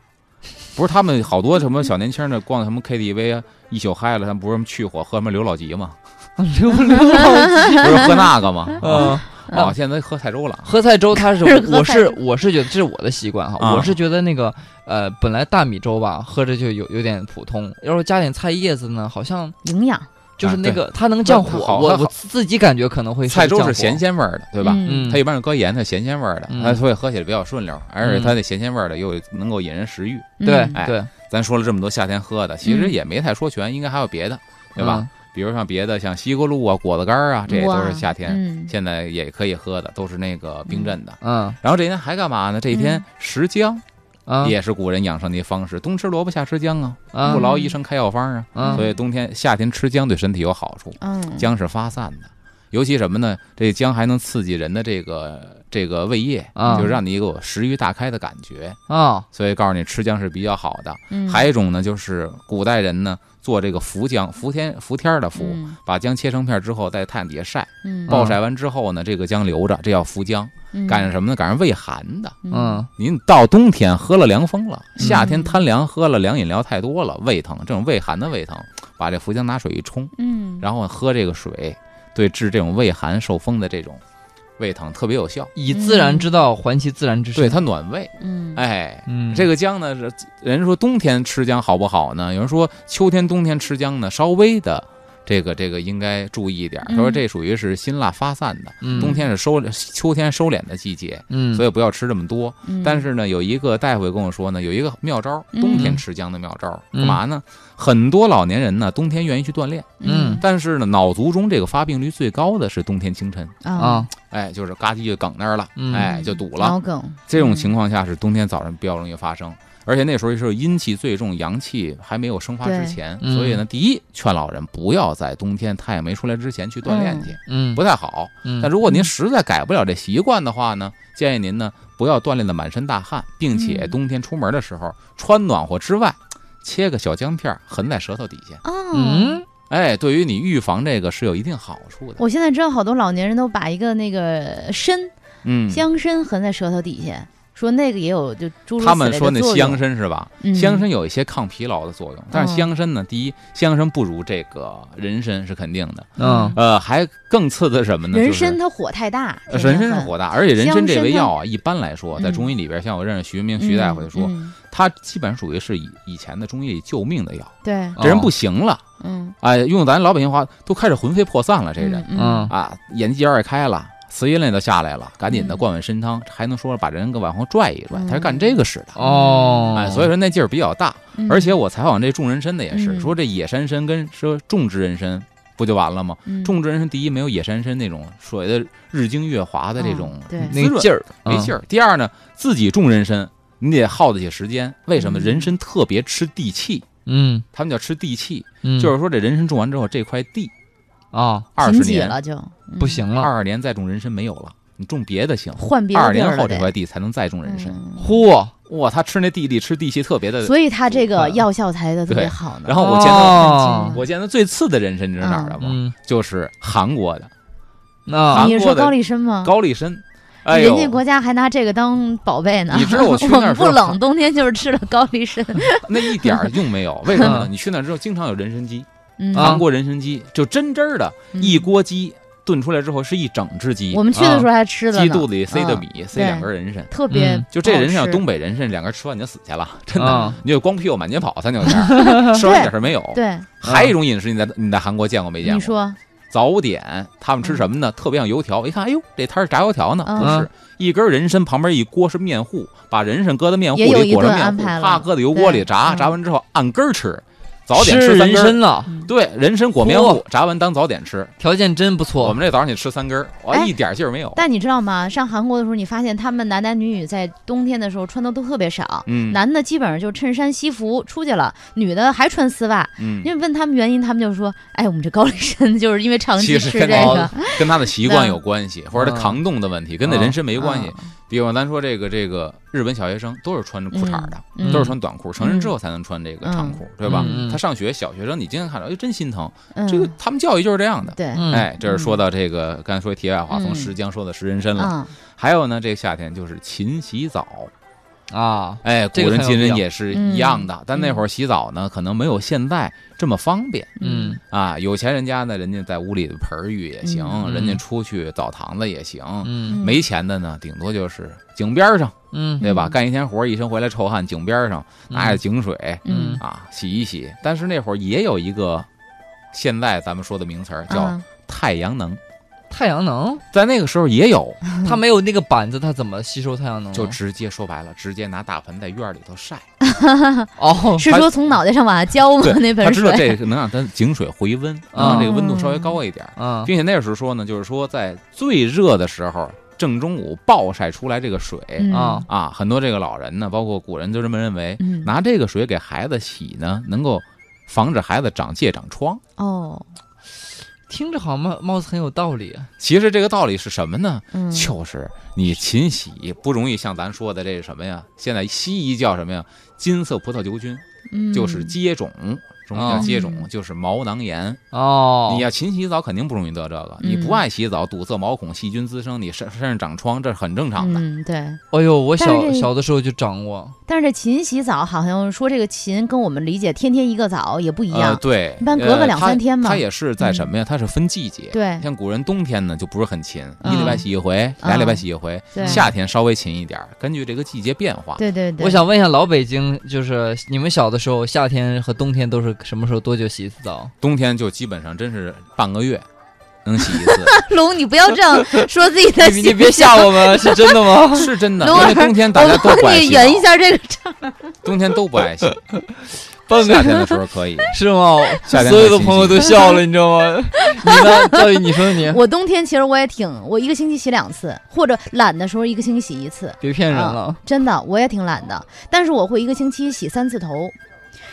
Speaker 2: 不是他们好多什么小年轻的逛什么 KTV 啊，一宿嗨了，他们不是什么去火喝什么刘老吉嘛，
Speaker 3: 溜 溜老，
Speaker 2: 不是喝那个嘛
Speaker 3: 嗯。
Speaker 2: 啊，现在喝菜粥了，
Speaker 3: 喝菜粥，它是
Speaker 1: 是喝
Speaker 3: 我
Speaker 1: 菜
Speaker 3: 是
Speaker 1: 粥
Speaker 3: 我是觉得这是我的习惯哈，
Speaker 2: 啊
Speaker 3: 我是觉得那个呃，本来大米粥吧，喝着就有有点普通，要是加点菜叶子呢，好像
Speaker 1: 营养，
Speaker 3: 就是那
Speaker 2: 啊对
Speaker 3: 个它能降火，
Speaker 2: 好
Speaker 3: 我
Speaker 2: 它好
Speaker 3: 我自己感觉可能会
Speaker 2: 菜粥
Speaker 3: 降火
Speaker 2: 是咸，鲜味儿的，对吧？
Speaker 1: 嗯
Speaker 3: 嗯，
Speaker 2: 它一般是搁盐，它咸鲜味儿的，
Speaker 3: 嗯
Speaker 2: 它所以喝起来比较顺溜，而且它那咸鲜味儿的又能够引人食欲。
Speaker 1: 嗯
Speaker 3: 对、
Speaker 2: 哎
Speaker 3: 对，
Speaker 2: 咱说了这么多夏天喝的，其实
Speaker 1: 嗯
Speaker 2: 也没太说全，应该还有别的，对
Speaker 3: 嗯
Speaker 2: 吧？比如像别的像西瓜露啊、果子干儿啊，这也都
Speaker 1: 哇
Speaker 2: 是夏天
Speaker 1: 嗯
Speaker 2: 现在也可以喝的，都是那个冰镇的。
Speaker 3: 嗯？
Speaker 2: 然后这一天还干嘛呢？这一天
Speaker 1: 嗯
Speaker 2: 食姜
Speaker 3: 嗯啊
Speaker 2: 也是古人养生的一方式，冬吃萝卜夏吃姜啊，
Speaker 3: 啊
Speaker 2: 不劳医生开药方啊。
Speaker 3: 啊
Speaker 2: 所以冬天夏天吃姜对身体有好处，
Speaker 1: 嗯，
Speaker 2: 姜是发散的，尤其什么呢？这姜还能刺激人的这个这个胃液，
Speaker 3: 啊
Speaker 2: 就是让你有食欲大开的感觉。
Speaker 3: 啊
Speaker 2: 所以告诉你吃姜是比较好的。
Speaker 1: 嗯
Speaker 2: 还有一种呢，就是古代人呢做这个浮姜，浮天浮天儿的浮，
Speaker 1: 嗯
Speaker 2: 把姜切成片儿之后，在太阳底下晒，
Speaker 1: 嗯
Speaker 2: 暴晒完之后呢，这个姜留着，这叫浮姜。
Speaker 1: 嗯
Speaker 2: 赶上什么呢？赶上胃寒的。
Speaker 1: 嗯
Speaker 3: 嗯
Speaker 2: 您到冬天喝了凉风了，夏天
Speaker 1: 嗯
Speaker 2: 贪凉喝了凉饮料太多了，胃疼，这种胃寒的胃疼，把这浮姜拿水一冲，
Speaker 1: 嗯，
Speaker 2: 然后喝这个水，对治这种胃寒受风的这种胃疼特别有效。
Speaker 3: 以自然之道还其自然之身，
Speaker 2: 对它暖胃，
Speaker 1: 嗯
Speaker 2: 哎，
Speaker 3: 嗯
Speaker 2: 这个姜呢，是人说冬天吃姜好不好呢？有人说秋天、冬天吃姜呢，稍微的这个这个应该注意一点儿。他说
Speaker 1: 嗯
Speaker 2: 这属于是辛辣发散的，
Speaker 3: 嗯
Speaker 2: 冬天是收秋天收敛的季节，
Speaker 3: 嗯，
Speaker 2: 所
Speaker 3: 以
Speaker 2: 以不要吃这么多。
Speaker 1: 嗯
Speaker 2: 但是呢，有一个大夫也跟我说呢，有一个妙招儿，冬天
Speaker 3: 嗯
Speaker 2: 吃姜的妙招儿，
Speaker 3: 嗯
Speaker 2: 干嘛呢？很多老年人呢，冬天愿意去锻炼，
Speaker 1: 嗯
Speaker 2: 但是呢，脑卒中这个发病率最高的是冬天清晨，
Speaker 1: 嗯
Speaker 3: 啊
Speaker 2: 哎，就是嘎叽就梗那儿了，
Speaker 3: 嗯
Speaker 2: 哎，就堵了。
Speaker 1: 脑梗
Speaker 2: 这种情况下是冬天早上比较容易发生，而且那时候是阴气最重，阳气还没有生发之前，
Speaker 3: 对嗯
Speaker 2: 所以呢，第一劝老人不要在冬天太阳没出来之前去锻炼去，
Speaker 3: 嗯
Speaker 2: 不太好。
Speaker 3: 嗯
Speaker 2: 但如果您实在改不了这习惯的话呢，建议您呢不要锻炼的满身大汗，并且
Speaker 1: 嗯
Speaker 2: 冬天出门的时候穿暖和之外，切个小姜片儿横在舌头底下，
Speaker 1: 哦。
Speaker 3: 嗯
Speaker 2: 哎，对于你预防这个是有一定好处的。
Speaker 1: 我现在知道好多老年人都把一个那个参
Speaker 2: 嗯，
Speaker 1: 香参横在舌头底下，说那个也有就诸如
Speaker 2: 他们
Speaker 1: 此类的
Speaker 2: 说那
Speaker 1: 作用
Speaker 2: 香参是吧？
Speaker 1: 嗯哦
Speaker 2: 香参有一些抗疲劳的作用，但是香参呢，第一，香参不如这个人参是肯定的，
Speaker 3: 嗯
Speaker 2: 呃，还更次的是什么呢？
Speaker 1: 人
Speaker 2: 就是
Speaker 1: 参它火太大，
Speaker 2: 呃人参是火大，而且人参这味药啊，一般来说，
Speaker 1: 嗯
Speaker 2: 在中医里边，像我认识徐明
Speaker 1: 天
Speaker 2: 徐
Speaker 1: 分，
Speaker 2: 大夫就说，
Speaker 1: 嗯嗯
Speaker 2: 他基本上属于是以以前的中医里救命的药，
Speaker 1: 对，
Speaker 2: 这人不行了，
Speaker 1: 嗯，
Speaker 2: 哎，用咱老百姓话，都开始魂飞魄散了，这人
Speaker 1: 嗯
Speaker 3: 嗯
Speaker 2: 啊，眼界也开了。词音类都下来了，赶紧的
Speaker 1: 嗯
Speaker 2: 灌碗参汤，还能说把人给往后拽一拽，
Speaker 1: 嗯
Speaker 2: 他是干这个使的，
Speaker 3: 哦，
Speaker 2: 哎，所以说那劲儿比较大。
Speaker 1: 嗯
Speaker 2: 而且我采访这种人参的也是，
Speaker 1: 嗯
Speaker 2: 说这野山参跟说种植人参不就完了吗？
Speaker 1: 嗯
Speaker 2: 种植人参第一没有野山参那种所谓的日精月华的这种
Speaker 1: 哦对
Speaker 2: 滋
Speaker 3: 那个
Speaker 2: 润，
Speaker 3: 劲儿
Speaker 2: 没劲儿。第二呢，自己种人参你得耗得起时间，为什么？
Speaker 1: 嗯
Speaker 2: 人参特别吃地气，
Speaker 3: 嗯
Speaker 2: 他们叫吃地气，
Speaker 3: 嗯，
Speaker 2: 就是说这人参种完之后，这块地
Speaker 3: 啊
Speaker 2: 二
Speaker 1: 贫
Speaker 2: 十
Speaker 1: 瘠
Speaker 2: 年、
Speaker 1: 了就嗯
Speaker 3: 不行了，
Speaker 2: 二十年再种人参没有了，你种别的行。
Speaker 1: 换别
Speaker 2: 二
Speaker 1: 的
Speaker 2: 十
Speaker 1: 地儿
Speaker 2: 年后
Speaker 1: 了
Speaker 2: 这
Speaker 1: 得
Speaker 2: 块地才能再种人参。
Speaker 1: 嗯
Speaker 3: 嚯，
Speaker 2: 哇，他吃那地力，吃地气特别的。
Speaker 1: 所以它这个
Speaker 2: 呃
Speaker 1: 药效才的特别
Speaker 2: 对
Speaker 1: 好呢。
Speaker 2: 然后我见到
Speaker 3: 哦
Speaker 2: 我见到最次的人参，你知道哪儿的吗？
Speaker 3: 嗯，
Speaker 2: 就是韩国的
Speaker 3: 那
Speaker 2: 韩
Speaker 1: 你是说
Speaker 2: 国的
Speaker 1: 高丽参吗？
Speaker 2: 高丽参。哎呦
Speaker 1: 嗯人，家国家还拿这个当宝贝呢。
Speaker 2: 你知道我去那
Speaker 1: 我
Speaker 2: 儿
Speaker 1: 们
Speaker 2: 的时
Speaker 1: 不
Speaker 2: 候
Speaker 1: 冷，冬天就是吃了高丽参。
Speaker 2: 那一点儿用 没有，为什么呢？
Speaker 3: 嗯
Speaker 2: 你去那儿之后，经常有人参鸡，
Speaker 1: 嗯
Speaker 3: 啊
Speaker 2: 韩国人参鸡就真真儿的，
Speaker 1: 嗯
Speaker 2: 一锅鸡炖出来之后是一整只鸡
Speaker 1: 我，们去的时候还吃了
Speaker 2: 啊鸡
Speaker 1: 呢，
Speaker 2: 肚子里塞的
Speaker 1: 嗯，
Speaker 2: 米，塞两根人参。
Speaker 1: 特别
Speaker 3: 嗯
Speaker 2: 就这人
Speaker 1: 不好
Speaker 2: 参，
Speaker 1: 吃
Speaker 2: 东北人参，两根吃完你就死去了， 真的。
Speaker 3: 啊
Speaker 2: 你就光屁股满街跑，三九天儿， 吃完一点事儿没有。
Speaker 1: 对，
Speaker 2: 还有一种饮食，你在你在韩国见过没见
Speaker 1: 你
Speaker 2: 过？
Speaker 1: 说
Speaker 2: 早点他们吃什么呢？特别像油条，一看，哎呦，这摊儿炸油条呢，
Speaker 1: 嗯
Speaker 2: 不是一根人参旁边一锅是面糊，把人参搁到面糊
Speaker 1: 也有
Speaker 2: 里
Speaker 1: 一
Speaker 2: 裹
Speaker 1: 顿
Speaker 2: 上面
Speaker 1: 安
Speaker 2: 糊，
Speaker 1: 排了
Speaker 2: 啪搁到油锅里炸，
Speaker 1: 对嗯
Speaker 2: 炸完之后按根儿吃，早点
Speaker 3: 吃
Speaker 2: 吃三
Speaker 3: 人
Speaker 2: 根儿。
Speaker 3: 参了，
Speaker 2: 对，人参裹面糊，炸完当早点吃。
Speaker 3: 条件真不
Speaker 2: 我
Speaker 3: 错，
Speaker 2: 们这早上得吃三根儿，我
Speaker 1: 哎
Speaker 2: 一点劲儿没有。
Speaker 1: 但你知道吗？上韩国的时候，你发现他们男男女女在冬天的时候穿的都特别少，
Speaker 2: 嗯
Speaker 1: 男的基本上就衬衫、西服出去了，女的还穿丝袜。
Speaker 2: 嗯
Speaker 1: 因，为问他们原因，他们就说：“哎，我们这高丽参就是因为长期
Speaker 2: 其实
Speaker 1: 吃这
Speaker 2: 跟
Speaker 1: 个，
Speaker 2: 跟他的习惯有关 系，或者他扛冻的问题，跟那
Speaker 3: 嗯
Speaker 2: 人参没关系
Speaker 1: 嗯。。
Speaker 2: 比如咱说这个这个日本小学生都是穿着裤衩儿的，
Speaker 1: 嗯
Speaker 2: 都是穿短裤，成人之后才能穿这个长裤，对吧？
Speaker 3: 嗯嗯
Speaker 2: 他上学小学生，你经常看到，哎，真心疼。
Speaker 1: 嗯
Speaker 2: 这个他们教育就是这样的。
Speaker 1: 对，
Speaker 3: 嗯
Speaker 2: 哎，这是说到这个，刚才说题外话，
Speaker 1: 嗯
Speaker 2: 从石姜说到石人参了。
Speaker 1: 嗯
Speaker 2: 还有呢，这个夏天就是勤洗澡。
Speaker 3: 啊，
Speaker 2: 哎，
Speaker 3: 这
Speaker 2: 古
Speaker 3: 个
Speaker 2: 人
Speaker 3: 很有
Speaker 2: 今
Speaker 3: 必
Speaker 2: 人
Speaker 3: 要
Speaker 2: 也是
Speaker 1: 嗯
Speaker 2: 一样的，但那会儿洗澡呢，可能没有现在这么方便
Speaker 3: 嗯
Speaker 2: 啊。有钱人家呢，人家在屋里盆儿浴也行，
Speaker 1: 嗯
Speaker 2: 人家出去澡堂子也行。
Speaker 3: 嗯
Speaker 2: 没钱的呢，顶多就是井边儿上，
Speaker 3: 嗯
Speaker 2: 对吧？
Speaker 1: 嗯
Speaker 2: 干一天活儿，一身回来臭哎汗，井边儿上拿点井水
Speaker 1: 嗯
Speaker 3: 嗯
Speaker 2: 啊洗一洗。但是那会儿也有一个现在咱们说的名词儿叫
Speaker 1: 啊，
Speaker 2: 太阳能，
Speaker 3: 太阳能，
Speaker 2: 在那个时候也有，
Speaker 3: 它没有那个板子，它怎么吸收太
Speaker 1: 哦
Speaker 3: 阳能呢？啊
Speaker 2: 就直接说白了，直接拿大盆在院儿里头晒。
Speaker 3: 哦，
Speaker 1: 是说从脑袋上往下浇吗
Speaker 2: 对？
Speaker 1: 那哦
Speaker 2: 他
Speaker 1: 盆
Speaker 2: 知道
Speaker 1: 水
Speaker 2: 这个能让它井水回温，能让这个温度稍微高一点儿，
Speaker 3: 嗯，
Speaker 1: 啊
Speaker 2: 并且那时候说呢，就是说在最热的时候，正中午暴晒出来这个水、
Speaker 1: 嗯
Speaker 3: 啊
Speaker 2: 啊，很多这个老人呢，包括古人就这么认为，
Speaker 1: 嗯
Speaker 2: 拿这个水给孩子洗呢，能够防止孩子长疥长疮。
Speaker 1: 哦，
Speaker 3: 听着好像貌貌似很有道理。啊
Speaker 2: 其实这个道理是什么呢？
Speaker 1: 嗯
Speaker 2: 就是你勤洗不容易，像咱说的这是什么呀？现在西医叫什么呀？金色葡萄球菌，就是
Speaker 1: 嗯
Speaker 2: 疖肿，中医叫
Speaker 3: 哦
Speaker 2: 疖
Speaker 1: 嗯
Speaker 2: 肿，就是毛囊炎。
Speaker 3: 哦，
Speaker 2: 你要勤洗澡，肯定不容易得这个。
Speaker 1: 嗯
Speaker 2: 你不爱洗澡，堵塞毛孔，细菌滋生，你身身上长疮，这是很正常的。呃
Speaker 1: 嗯，对。
Speaker 3: 哎呦，我
Speaker 1: 但是
Speaker 3: 小
Speaker 1: 这
Speaker 3: 小的时候就长过，
Speaker 1: 但是这勤洗澡好像说这个勤跟我们理解天天一个澡也不一
Speaker 2: 呃，
Speaker 1: 样，
Speaker 2: 对，
Speaker 1: 一般隔个
Speaker 2: 呃
Speaker 1: 两
Speaker 2: 它
Speaker 1: 三天嘛嗯
Speaker 2: 它也是在什么呀？它是分季节。
Speaker 1: 对
Speaker 2: 像古人冬天呢就不是很勤，
Speaker 1: 嗯
Speaker 2: 一礼拜洗一回，俩礼拜洗一回。
Speaker 1: 对
Speaker 2: 夏天稍微勤一点儿，根据这个季节变化。
Speaker 1: 对对对。
Speaker 3: 我想问一下，老北京就是你们小的时候，夏天和冬天都是什么时候多久洗一次 澡？
Speaker 2: 冬天就基本上真是半个月能洗一 次，
Speaker 1: 龙，你不要这 样说自己的
Speaker 3: 你
Speaker 1: 心
Speaker 3: 你别吓 我们，是真的吗？
Speaker 2: 是真的。
Speaker 1: 等会
Speaker 2: 因
Speaker 1: 儿
Speaker 2: 为冬天大家都
Speaker 1: 我
Speaker 2: 不
Speaker 1: 帮
Speaker 2: 爱
Speaker 1: 你
Speaker 2: 洗
Speaker 1: 圆一
Speaker 2: 澡，
Speaker 1: 下这个账。
Speaker 2: 冬天都不爱洗，
Speaker 3: 半
Speaker 2: 夏
Speaker 3: 个
Speaker 2: 天的时候可以。
Speaker 3: 是吗？
Speaker 2: 夏天
Speaker 3: 所有
Speaker 2: 才
Speaker 3: 的
Speaker 2: 洗
Speaker 3: 朋友
Speaker 2: 洗
Speaker 3: 都笑了，你知道 吗？你呢，赵宇，你说你
Speaker 1: 我冬天其实我也挺，我一个星期洗两次，或者懒的时候一个星期洗一次，
Speaker 3: 别骗人
Speaker 1: 啊
Speaker 3: 了。
Speaker 1: 真的我也挺懒的。但是我会一个星期洗三次头，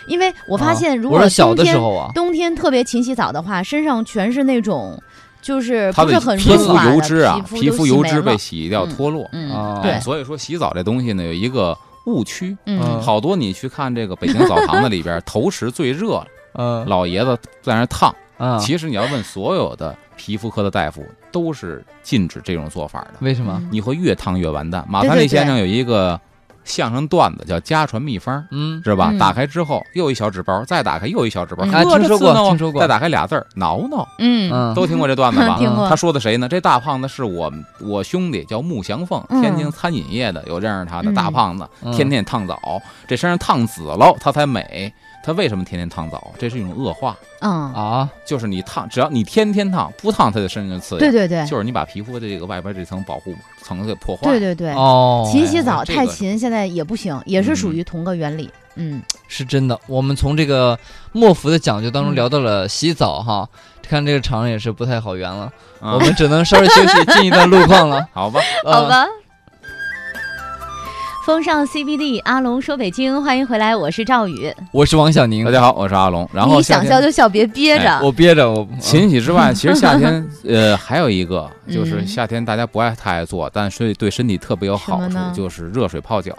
Speaker 1: 因为我发
Speaker 2: 哦
Speaker 1: 现如
Speaker 3: 啊我
Speaker 1: 果
Speaker 3: 说小
Speaker 1: 冬
Speaker 3: 的时
Speaker 1: 天、
Speaker 3: 候啊，
Speaker 1: 冬天特别勤洗澡的话，身上全是那种就是
Speaker 2: 它
Speaker 1: 不是
Speaker 2: 的
Speaker 1: 很
Speaker 2: 皮
Speaker 1: 润
Speaker 2: 肤
Speaker 1: 滑的
Speaker 2: 油脂啊，
Speaker 1: 皮
Speaker 2: 皮
Speaker 1: 肤都
Speaker 2: 肤
Speaker 1: 洗
Speaker 2: 油
Speaker 1: 没
Speaker 2: 脂被
Speaker 1: 了
Speaker 2: 洗掉脱落。
Speaker 1: 嗯，
Speaker 3: 哦
Speaker 1: 对
Speaker 2: 哎，所以说洗澡这东西呢有一个误区，
Speaker 1: 嗯
Speaker 3: 嗯
Speaker 2: 好多你去看这个北京澡堂子里 边，头十最热，
Speaker 3: 嗯
Speaker 2: 老爷子在那儿烫。
Speaker 3: 嗯，
Speaker 2: 其实你要问所有的皮肤科的大夫，都是禁止这种做法的。
Speaker 3: 为什么？
Speaker 2: 你会越烫越完蛋。马
Speaker 1: 对
Speaker 2: 三
Speaker 1: 对
Speaker 2: 立先
Speaker 1: 对
Speaker 2: 生有一个相声段子叫家传秘方，
Speaker 3: 嗯，
Speaker 2: 是吧？
Speaker 1: 嗯
Speaker 2: 打开之后又一小纸包，再打开又一小纸包，
Speaker 1: 嗯
Speaker 2: 呵
Speaker 3: 啊听
Speaker 2: 这
Speaker 3: 说
Speaker 2: 刺
Speaker 3: 过
Speaker 2: 挠啊
Speaker 3: 听说过
Speaker 2: 再打开俩字儿挠挠，
Speaker 1: 嗯
Speaker 3: 嗯，
Speaker 2: 都听过这段子 吧？
Speaker 1: 听过
Speaker 2: 他说的谁呢？这大胖子是我我兄弟，叫穆祥凤，
Speaker 1: 嗯
Speaker 2: 天津餐饮业的，有认识他的
Speaker 1: 嗯
Speaker 2: 大胖子，
Speaker 3: 嗯
Speaker 2: 天天烫澡，这身上烫紫喽，他才美。他为什么天天烫澡？这是一种恶化，
Speaker 1: 嗯，
Speaker 3: 啊，
Speaker 2: 就是你烫，只要你天天烫，不烫他的身上就刺
Speaker 1: 对
Speaker 2: 痒，
Speaker 1: 对对，
Speaker 2: 啊就是你把皮肤的这个外边这层保护层给破坏。
Speaker 1: 对对对。
Speaker 3: 哦，
Speaker 1: 勤洗澡
Speaker 2: 这
Speaker 1: 太
Speaker 2: 个
Speaker 1: 勤现在也不行，也是属
Speaker 2: 嗯
Speaker 1: 于同个原理。嗯，
Speaker 3: 是真的。我们从这个莫福的讲究当中
Speaker 1: 嗯
Speaker 3: 聊到了洗澡哈，看这个场也是不太好圆了，
Speaker 2: 嗯
Speaker 3: 我们只能稍微休 息，进一段路况了。
Speaker 2: 好吧，
Speaker 3: 呃
Speaker 1: 啊好，吧。风尚 CBD，阿龙说北京，欢迎回来，我是赵宇。
Speaker 3: 呃我是王小宁
Speaker 2: 大，家好，我是阿龙。然后
Speaker 1: 你
Speaker 2: 夏
Speaker 1: 想笑
Speaker 2: 天
Speaker 1: 就笑，别憋着。
Speaker 3: 我憋着我
Speaker 2: 勤洗之外，其实 夏天呃还有一个就是
Speaker 1: 嗯
Speaker 2: 夏天大家不爱太爱做，但是对身体特别有好
Speaker 1: 什么呢
Speaker 2: 处，就是热水泡脚。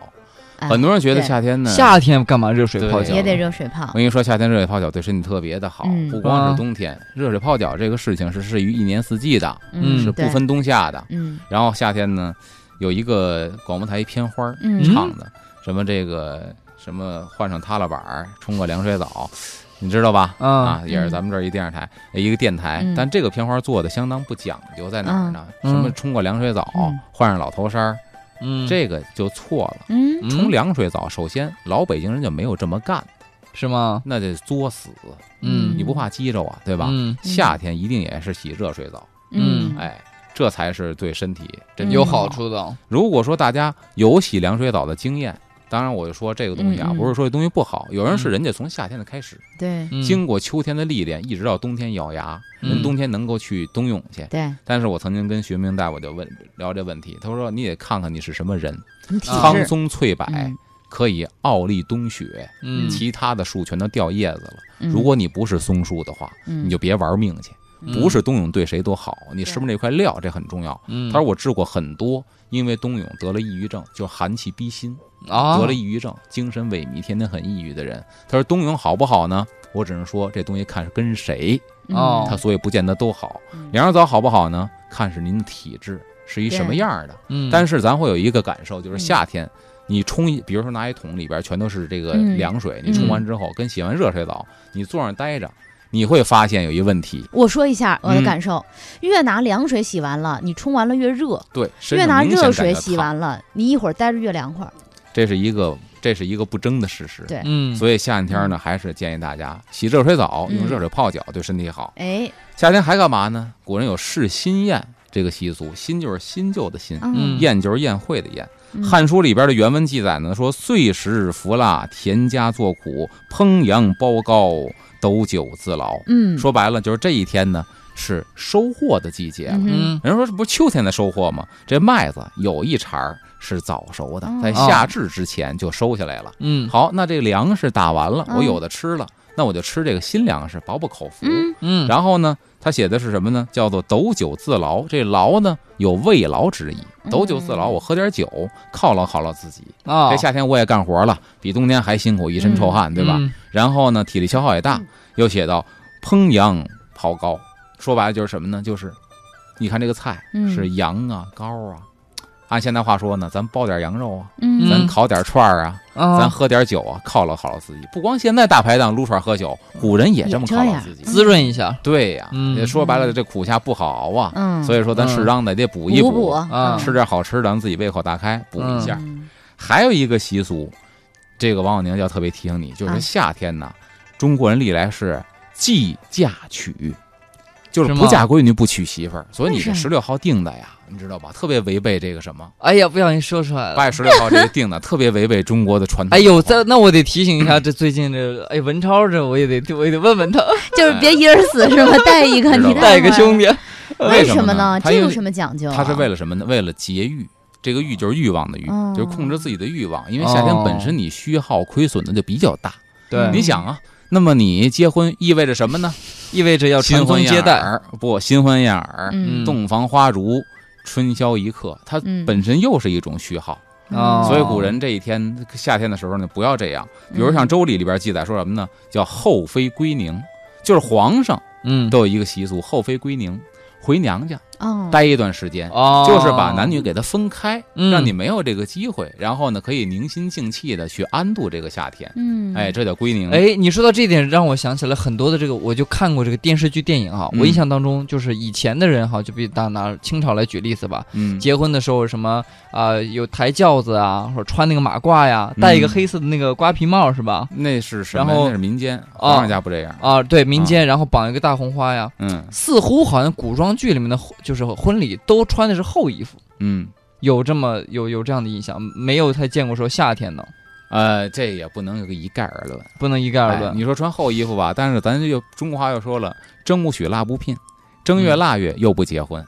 Speaker 1: 哎
Speaker 2: 很多人觉得
Speaker 1: 对
Speaker 2: 夏天呢，
Speaker 3: 夏天干嘛热水泡脚？
Speaker 1: 也得热水泡
Speaker 2: 我。跟你说，夏天热水泡脚对身体特别的好
Speaker 1: 嗯，
Speaker 2: 不光
Speaker 3: 啊
Speaker 2: 是冬天，热水泡脚这个事情是适于一年四季的，
Speaker 3: 嗯
Speaker 2: 是
Speaker 1: 对
Speaker 2: 不分冬夏的。
Speaker 1: 嗯
Speaker 2: 然后夏天呢，有一个广播台一片花儿
Speaker 1: 嗯
Speaker 3: 嗯
Speaker 2: 唱的，什么这个什么换上踏拉板儿，冲个凉水澡，你知道吧？
Speaker 3: 啊
Speaker 2: 啊，也是咱们这儿一电视台、一个电台，
Speaker 1: 嗯
Speaker 2: 但这个片花做的相当不讲究，在哪儿呢？什么冲过凉水澡，
Speaker 1: 嗯
Speaker 2: 换上老头衫儿，
Speaker 3: 嗯，
Speaker 2: 这个就错了。
Speaker 1: 嗯，
Speaker 2: 冲
Speaker 3: 嗯
Speaker 2: 凉水澡，首先老北京人就没有这么干，
Speaker 3: 是吗？
Speaker 2: 那得作死。
Speaker 1: 嗯
Speaker 2: 你不怕激着啊，对吧？
Speaker 3: 嗯，
Speaker 2: 夏天一定也是洗热水澡，
Speaker 1: 嗯，
Speaker 2: 哎，这才是对身体真正
Speaker 3: 有
Speaker 1: 嗯
Speaker 3: 好。处的。
Speaker 2: 如果说大家有洗凉水澡的经验，当然我就说这个东西啊，
Speaker 1: 嗯嗯
Speaker 2: 不是说这东西不好，有人是
Speaker 3: 嗯
Speaker 2: 人家从夏天的开始，
Speaker 1: 对
Speaker 3: 嗯
Speaker 2: 经过秋天的历练，一直到冬天咬牙，
Speaker 3: 嗯
Speaker 2: 人冬天能够去冬泳去。
Speaker 1: 对，
Speaker 2: 但是我曾经跟学明大夫就问聊这问题，他说你得看看你是什么人，
Speaker 1: 你体
Speaker 3: 啊
Speaker 2: 苍
Speaker 1: 质，
Speaker 2: 松哎翠柏
Speaker 1: 嗯
Speaker 2: 可以傲立冬雪，
Speaker 3: 嗯，
Speaker 2: 其他的树全都掉叶子了。
Speaker 1: 嗯
Speaker 2: 如果你不是松树的话，
Speaker 1: 你
Speaker 2: 你就别玩命去。
Speaker 3: 嗯
Speaker 2: 不是冬泳对谁都好，你是不是那块料这很重要。
Speaker 3: 嗯，
Speaker 2: 他说我治过很多，因为冬泳得了抑郁症，就寒气逼心，
Speaker 3: 啊，
Speaker 2: 得了抑郁症，精神萎靡，天天很抑郁的人。他说冬泳好不好呢？我只能说这东西看是跟谁，
Speaker 3: 哦
Speaker 2: 他所以不见得都好
Speaker 1: 嗯。
Speaker 2: 凉水澡好不好呢？看是您的体质是一什么样儿的。
Speaker 3: 嗯，
Speaker 2: 但是咱会有一个感受，就是
Speaker 1: 嗯
Speaker 2: 夏天。你冲一，比如说拿一桶里边全都是这个
Speaker 1: 嗯
Speaker 2: 凉水，你冲完之后跟洗完热水澡，你坐那儿待着，你会发现有一问题，
Speaker 1: 我说一下我的
Speaker 2: 嗯
Speaker 1: 感受，越拿凉水洗完了，你冲完了越热；
Speaker 2: 对，身
Speaker 1: 越
Speaker 2: 上
Speaker 1: 拿
Speaker 2: 明显
Speaker 1: 热
Speaker 2: 感
Speaker 1: 水
Speaker 2: 觉
Speaker 1: 洗
Speaker 2: 烫，
Speaker 1: 完了，你一会儿待着越凉快儿。
Speaker 2: 这是一个这是一个不争的事实。
Speaker 1: 对
Speaker 3: 嗯，
Speaker 2: 所以夏天呢，还是建议大家洗热水澡，
Speaker 1: 嗯
Speaker 2: 用热水泡脚，对身体好。
Speaker 1: 哎，
Speaker 2: 夏天还干嘛呢？古人有试新宴这个习俗，新就是新旧的新，
Speaker 1: 嗯
Speaker 3: 嗯
Speaker 2: 宴就是宴会的宴。
Speaker 1: 嗯
Speaker 2: 《汉书》里边的原文记载呢，说岁时服辣，田家作苦，烹羊包糕，斗酒自劳。
Speaker 1: 嗯，
Speaker 2: 说白了，就是这一天呢是收获的季节了。
Speaker 1: 嗯
Speaker 3: 嗯
Speaker 2: 人说这不是秋天的收获吗？这麦子有一茬儿是早熟的
Speaker 1: 哦，
Speaker 2: 在夏至之前就收下来了。
Speaker 3: 嗯
Speaker 2: 好，那这粮食打完了，
Speaker 1: 嗯
Speaker 2: 我有的吃了，那我就吃这个新粮食，饱饱口福。
Speaker 1: 嗯
Speaker 3: 嗯，
Speaker 2: 然后呢，他写的是什么呢？叫做斗酒自劳。这劳呢有慰劳之意，
Speaker 1: 嗯
Speaker 2: 斗酒自劳，我喝点酒犒劳犒劳自己。
Speaker 1: 哦
Speaker 3: 啊，
Speaker 2: 这夏天我也干活了，比冬天还辛苦，一身臭汗，对吧？
Speaker 3: 嗯？
Speaker 2: 然后呢，体力消耗也大
Speaker 1: 嗯。
Speaker 2: 又写到烹羊泡糕，说白了就是什么呢？就是你看这个菜
Speaker 1: 嗯
Speaker 2: 是羊啊、羔啊，按现代话说呢，咱包点羊肉啊，
Speaker 1: 嗯哦
Speaker 2: 咱烤点串儿啊，
Speaker 3: 啊，
Speaker 2: 咱喝点酒啊，犒劳犒劳自己。不光现在大排档撸串喝酒，古人也这
Speaker 1: 也
Speaker 2: 么
Speaker 1: 这
Speaker 2: 犒劳
Speaker 1: 样嗯
Speaker 2: 自己。
Speaker 3: 滋润一下
Speaker 2: 对呀、
Speaker 3: 嗯
Speaker 2: 也说白了，这苦夏不好熬啊，
Speaker 1: 嗯，
Speaker 2: 所以说咱适当的得补一
Speaker 1: 补
Speaker 2: 补，
Speaker 3: 啊
Speaker 2: 吃点好吃的，让自己胃口大开，补一下。
Speaker 1: 嗯
Speaker 2: 还有一个习俗，这个王小宁要特别提醒你，就是
Speaker 1: 啊
Speaker 2: 夏天呐，中国人历来是忌嫁娶，就是
Speaker 3: 是吗
Speaker 2: 不嫁闺女不娶媳妇儿，所以你
Speaker 1: 为什
Speaker 2: 这
Speaker 1: 么
Speaker 2: 十六号定的呀，你知道吧？特别违背这个什么。
Speaker 3: 哎呀，不小心说出
Speaker 1: 呃
Speaker 3: 来
Speaker 2: 八
Speaker 3: 了。
Speaker 2: 月十六号这个定的，特别违背中国的传统
Speaker 3: 哎
Speaker 2: 文化。
Speaker 3: 呦，这那我得提醒一下，这最近这哎文超这我也得我也得问问他，
Speaker 1: 就是别一人死是吧？带一个，
Speaker 2: 知道
Speaker 1: 你
Speaker 2: 吧
Speaker 3: 带个兄
Speaker 1: 弟，
Speaker 3: 弟。
Speaker 1: 为
Speaker 2: 什
Speaker 1: 什么
Speaker 2: 呢？他
Speaker 1: 这
Speaker 2: 因
Speaker 1: 有
Speaker 2: 为
Speaker 1: 什么讲究啊？
Speaker 2: 它是为了什么呢？为了节欲。这个欲就是欲望的欲，
Speaker 1: 哦
Speaker 2: 就是控制自己的欲望。因为夏天
Speaker 3: 哦
Speaker 2: 本身你虚耗亏损的就比较大。
Speaker 3: 对，
Speaker 2: 你
Speaker 1: 嗯
Speaker 2: 想啊，那么你结婚意味着什么呢？
Speaker 3: 意味着要传
Speaker 2: 新
Speaker 3: 宗
Speaker 2: 婚
Speaker 3: 接
Speaker 2: 燕
Speaker 3: 代，
Speaker 2: 尔，不，新婚燕尔，
Speaker 1: 嗯
Speaker 3: 嗯
Speaker 2: 洞房花烛，春宵一刻，它
Speaker 1: 嗯
Speaker 2: 本身又是一种虚耗。
Speaker 3: 哦
Speaker 2: 所以古人这一天夏天的时候呢，不要这
Speaker 1: 嗯
Speaker 2: 样。比如像《周礼》里边记载说什么呢？叫后妃归宁，就是皇上
Speaker 3: 嗯，
Speaker 2: 都有一个习俗，后妃归宁，回娘家
Speaker 1: 哦，
Speaker 2: 待一段时间。
Speaker 3: 哦，
Speaker 2: 就是把男女给它分开，
Speaker 3: 嗯
Speaker 2: 让你没有这个机会，然后呢，可以宁心静气的去安度这个夏天。
Speaker 1: 嗯，
Speaker 2: 哎，，这叫归宁。，
Speaker 3: 哎，你说到这一点，让我想起来很多的这个，我就看过这个电视剧、电影哈。
Speaker 2: 嗯
Speaker 3: 我印象当中，就是以前的人哈，就比拿拿清朝来举例子吧，
Speaker 2: 嗯，
Speaker 3: 结婚的时候什么啊、有抬轿子啊，或者穿那个马褂呀，
Speaker 2: 嗯
Speaker 3: 戴一个黑色的那个瓜皮帽是吧？
Speaker 2: 那是什么？
Speaker 3: 然后
Speaker 2: 那是民间，皇上家不这样。
Speaker 3: 啊，对，民间，然后绑一个大红花呀。
Speaker 2: 嗯
Speaker 3: 似乎好像古装剧里面的婚就是婚礼都穿的是厚衣服，
Speaker 2: 嗯，
Speaker 3: 有这么有有这样的印象，没有太见过说夏天的，
Speaker 2: 呃，这也不能有个一概而论。
Speaker 3: 不能一概而
Speaker 2: 哎
Speaker 3: 论。
Speaker 2: 你说穿厚衣服吧，但是咱又中国话又说了，蒸不许腊不聘，正月腊月又不结婚。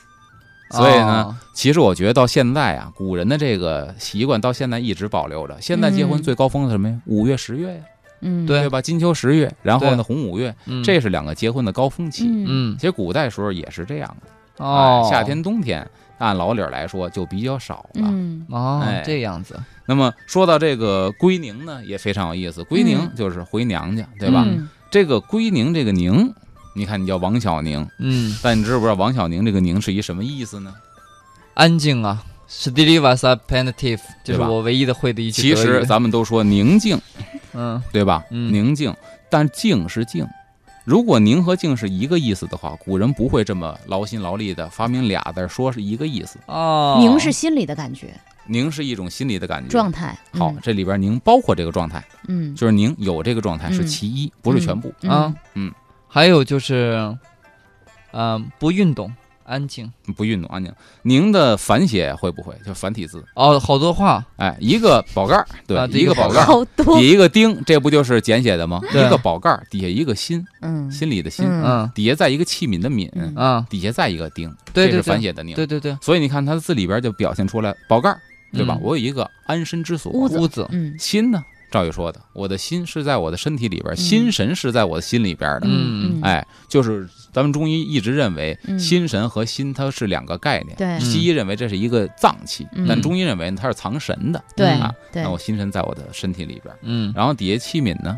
Speaker 2: 所以呢，
Speaker 3: 啊，
Speaker 2: 其实我觉得到现在啊，古人的这个习惯到现在一直保留着。现在结婚
Speaker 1: 嗯
Speaker 2: 最高峰是什么呀？五月、十月呀，
Speaker 1: 嗯，
Speaker 3: 对
Speaker 2: 对吧？金秋十月，然后
Speaker 3: 对
Speaker 2: 呢红五月，
Speaker 3: 嗯
Speaker 2: 这是两个结婚的高峰期。
Speaker 1: 嗯，
Speaker 3: 嗯
Speaker 2: 其实古代时候也是这样的，
Speaker 3: 哦
Speaker 2: 哎，夏天、冬天按老理儿来说就比较少了。
Speaker 1: 嗯，
Speaker 3: 哦
Speaker 2: 哎
Speaker 3: 这样子，
Speaker 2: 那么说到这个归宁呢，也非常有意思。归宁
Speaker 1: 嗯
Speaker 2: 就是回娘家，对吧？
Speaker 1: 嗯
Speaker 2: 这个归宁这个宁，你看你叫王小宁，
Speaker 3: 嗯。
Speaker 2: 但你知不知道王小宁这个宁是一什么意思呢？
Speaker 3: 安静啊 s t i l i v a s a penitive，这
Speaker 2: 对
Speaker 3: 是
Speaker 2: 吧
Speaker 3: 我唯一的会的一句
Speaker 2: 其
Speaker 3: 德语
Speaker 2: 实咱们都说宁静，
Speaker 3: 嗯
Speaker 2: 对吧？
Speaker 3: 嗯
Speaker 2: 宁静，但静是静。如果宁和静是一个意思的话，古人不会这么劳心劳力的发明俩字儿说是一个意思。
Speaker 3: 哦，
Speaker 1: 凝视心理的感觉
Speaker 2: 宁是一种心理的感觉。
Speaker 1: 状态，嗯
Speaker 2: 好，，这里边宁包括这个状态，
Speaker 1: 嗯，
Speaker 2: 就是宁有这个状态是
Speaker 1: 嗯
Speaker 2: 其一，不是全部。
Speaker 1: 嗯
Speaker 3: 啊，
Speaker 2: 嗯，
Speaker 3: 还有就是，呃，不运动，安静
Speaker 2: 不运动安静。宁的繁写会不会就繁体字？
Speaker 3: 哦，好多话，
Speaker 2: 哎，一个宝盖儿，对，
Speaker 3: 啊
Speaker 2: 一个宝
Speaker 3: 这
Speaker 2: 盖儿，
Speaker 3: 个
Speaker 1: 好多，
Speaker 2: 底一个丁，这不就是简写的吗？
Speaker 3: 对
Speaker 2: 一个宝盖儿，底下一个心，
Speaker 1: 嗯，
Speaker 2: 心里的心，啊
Speaker 1: 嗯
Speaker 3: 嗯
Speaker 2: 底下再一个器皿的皿，
Speaker 1: 嗯
Speaker 3: 啊，
Speaker 2: 底下再一个丁，
Speaker 3: 对
Speaker 2: 这
Speaker 3: 对
Speaker 2: 是繁
Speaker 3: 对，
Speaker 2: 写的宁。
Speaker 3: 对对对，
Speaker 2: 所以你看，它字里边就表现出来宝盖儿，对吧？
Speaker 3: 嗯
Speaker 2: 我有一个安身之所。
Speaker 1: 屋子
Speaker 3: 屋子，
Speaker 1: 嗯
Speaker 2: 心呢？赵宇说的，我的心是在我的身体里边，
Speaker 3: 嗯
Speaker 2: 心神是在我的心里边的。
Speaker 1: 嗯，
Speaker 2: 哎，就是咱们中医一直认为
Speaker 1: 嗯
Speaker 2: 心神和心它是两个概念，
Speaker 1: 对
Speaker 3: 嗯
Speaker 2: 西医认为这是一个脏器，
Speaker 1: 嗯
Speaker 2: 但中医认为它是藏神的。
Speaker 1: 对
Speaker 2: 啊，
Speaker 1: 对
Speaker 2: 那，我心神在我的身体里边，
Speaker 3: 嗯，
Speaker 2: 然后底下器皿呢，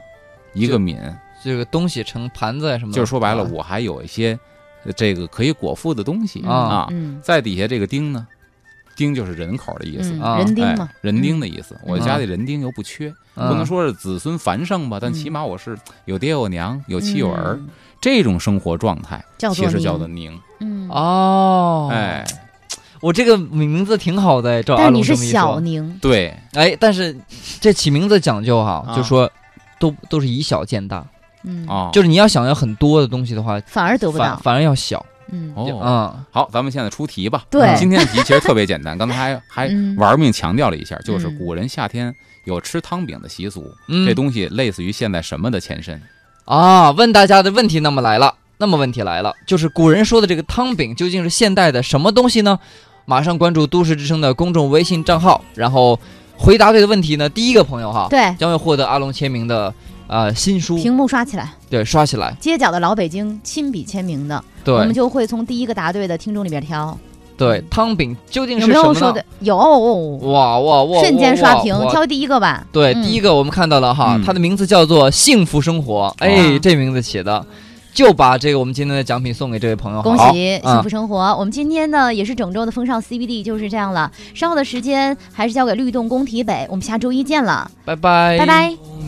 Speaker 2: 一个皿，
Speaker 3: 这个东西成盘子呀什么的，
Speaker 2: 就是说白了，
Speaker 3: 啊
Speaker 2: 我还有一些呃这个可以果腹的东西
Speaker 1: 嗯
Speaker 3: 啊
Speaker 2: 啊。
Speaker 1: 嗯
Speaker 2: 在底下这个丁呢，丁就是人口的意思，
Speaker 1: 嗯，
Speaker 3: 啊
Speaker 1: 人丁
Speaker 2: 哎
Speaker 1: 嘛，，
Speaker 2: 人丁的意思。我
Speaker 3: 嗯
Speaker 2: 家里人丁又不缺，
Speaker 3: 嗯
Speaker 2: 不能说是子孙繁盛吧，但
Speaker 1: 嗯
Speaker 2: 起码我是有爹有娘有
Speaker 1: 有
Speaker 2: 妻有儿，这种生活状态
Speaker 1: 嗯叫做
Speaker 2: 其实叫
Speaker 1: 凝
Speaker 2: 做宁。
Speaker 1: 嗯，
Speaker 3: 哦，
Speaker 2: 哎，
Speaker 3: 我这个名字挺好的哎，照
Speaker 1: 但
Speaker 3: 阿
Speaker 1: 是
Speaker 3: 龙
Speaker 1: 你
Speaker 3: 这
Speaker 1: 是
Speaker 3: 么一
Speaker 1: 小
Speaker 3: 说，
Speaker 1: 宁，
Speaker 2: 对，
Speaker 3: 哎，但是这起名字讲究哈，
Speaker 2: 啊
Speaker 3: 就说都都是以小见大，
Speaker 1: 嗯，
Speaker 2: 哦，
Speaker 3: 就是你要想要很多的东西的话，
Speaker 1: 反而得不
Speaker 3: 反
Speaker 1: 到，
Speaker 3: 反而要小，
Speaker 1: 嗯，
Speaker 2: 哦，
Speaker 3: 嗯，
Speaker 2: 好，咱们现在出题吧。嗯
Speaker 1: 对
Speaker 2: 今天的题其实特别简单，刚 才还还
Speaker 1: 嗯
Speaker 2: 玩命强调了一下，就是
Speaker 1: 嗯
Speaker 2: 古人夏天有吃汤饼的习俗，
Speaker 3: 嗯
Speaker 2: 这东西类似于现在什么的前身？
Speaker 3: 啊，问大家的问题那么来了，那么问题来了，就是古人说的这个汤饼究竟是现代的什么东西呢？马上关注都市之声的公众微信账号，然后回答对的问题呢，第一个朋友哈，
Speaker 1: 对，
Speaker 3: 将会获得阿龙签名的呃新书，
Speaker 1: 屏幕刷起来，
Speaker 3: 对，刷起来，
Speaker 1: 街角的老北京亲笔签名的，我们
Speaker 3: 对
Speaker 1: 就会从第一个答对的听众里边挑，
Speaker 3: 对，汤饼究竟
Speaker 1: 有
Speaker 3: 是
Speaker 1: 没
Speaker 3: 什
Speaker 1: 有
Speaker 3: 么
Speaker 1: 说
Speaker 3: 呢
Speaker 1: 的？？有，哦
Speaker 3: 哇哇哇！
Speaker 1: 瞬间
Speaker 3: 哇
Speaker 1: 刷
Speaker 3: 哇
Speaker 1: 屏，
Speaker 3: 哇
Speaker 1: 挑第一个吧。
Speaker 3: 对，
Speaker 1: 嗯
Speaker 3: 第一个我们看到了哈
Speaker 2: 嗯，
Speaker 3: 它的名字叫做“幸福生活”，哎，
Speaker 1: 哦
Speaker 3: 这名字起的，就把这个我们今天的奖品送给这位朋友，
Speaker 1: 恭
Speaker 3: 好
Speaker 1: 喜
Speaker 3: 嗯
Speaker 1: 幸福生活！我们今天呢也是整周的风尚 CBD 就是这样了，稍后的时间还是交给律动工体北，我们下周一见了，
Speaker 3: 拜拜，
Speaker 1: 拜拜。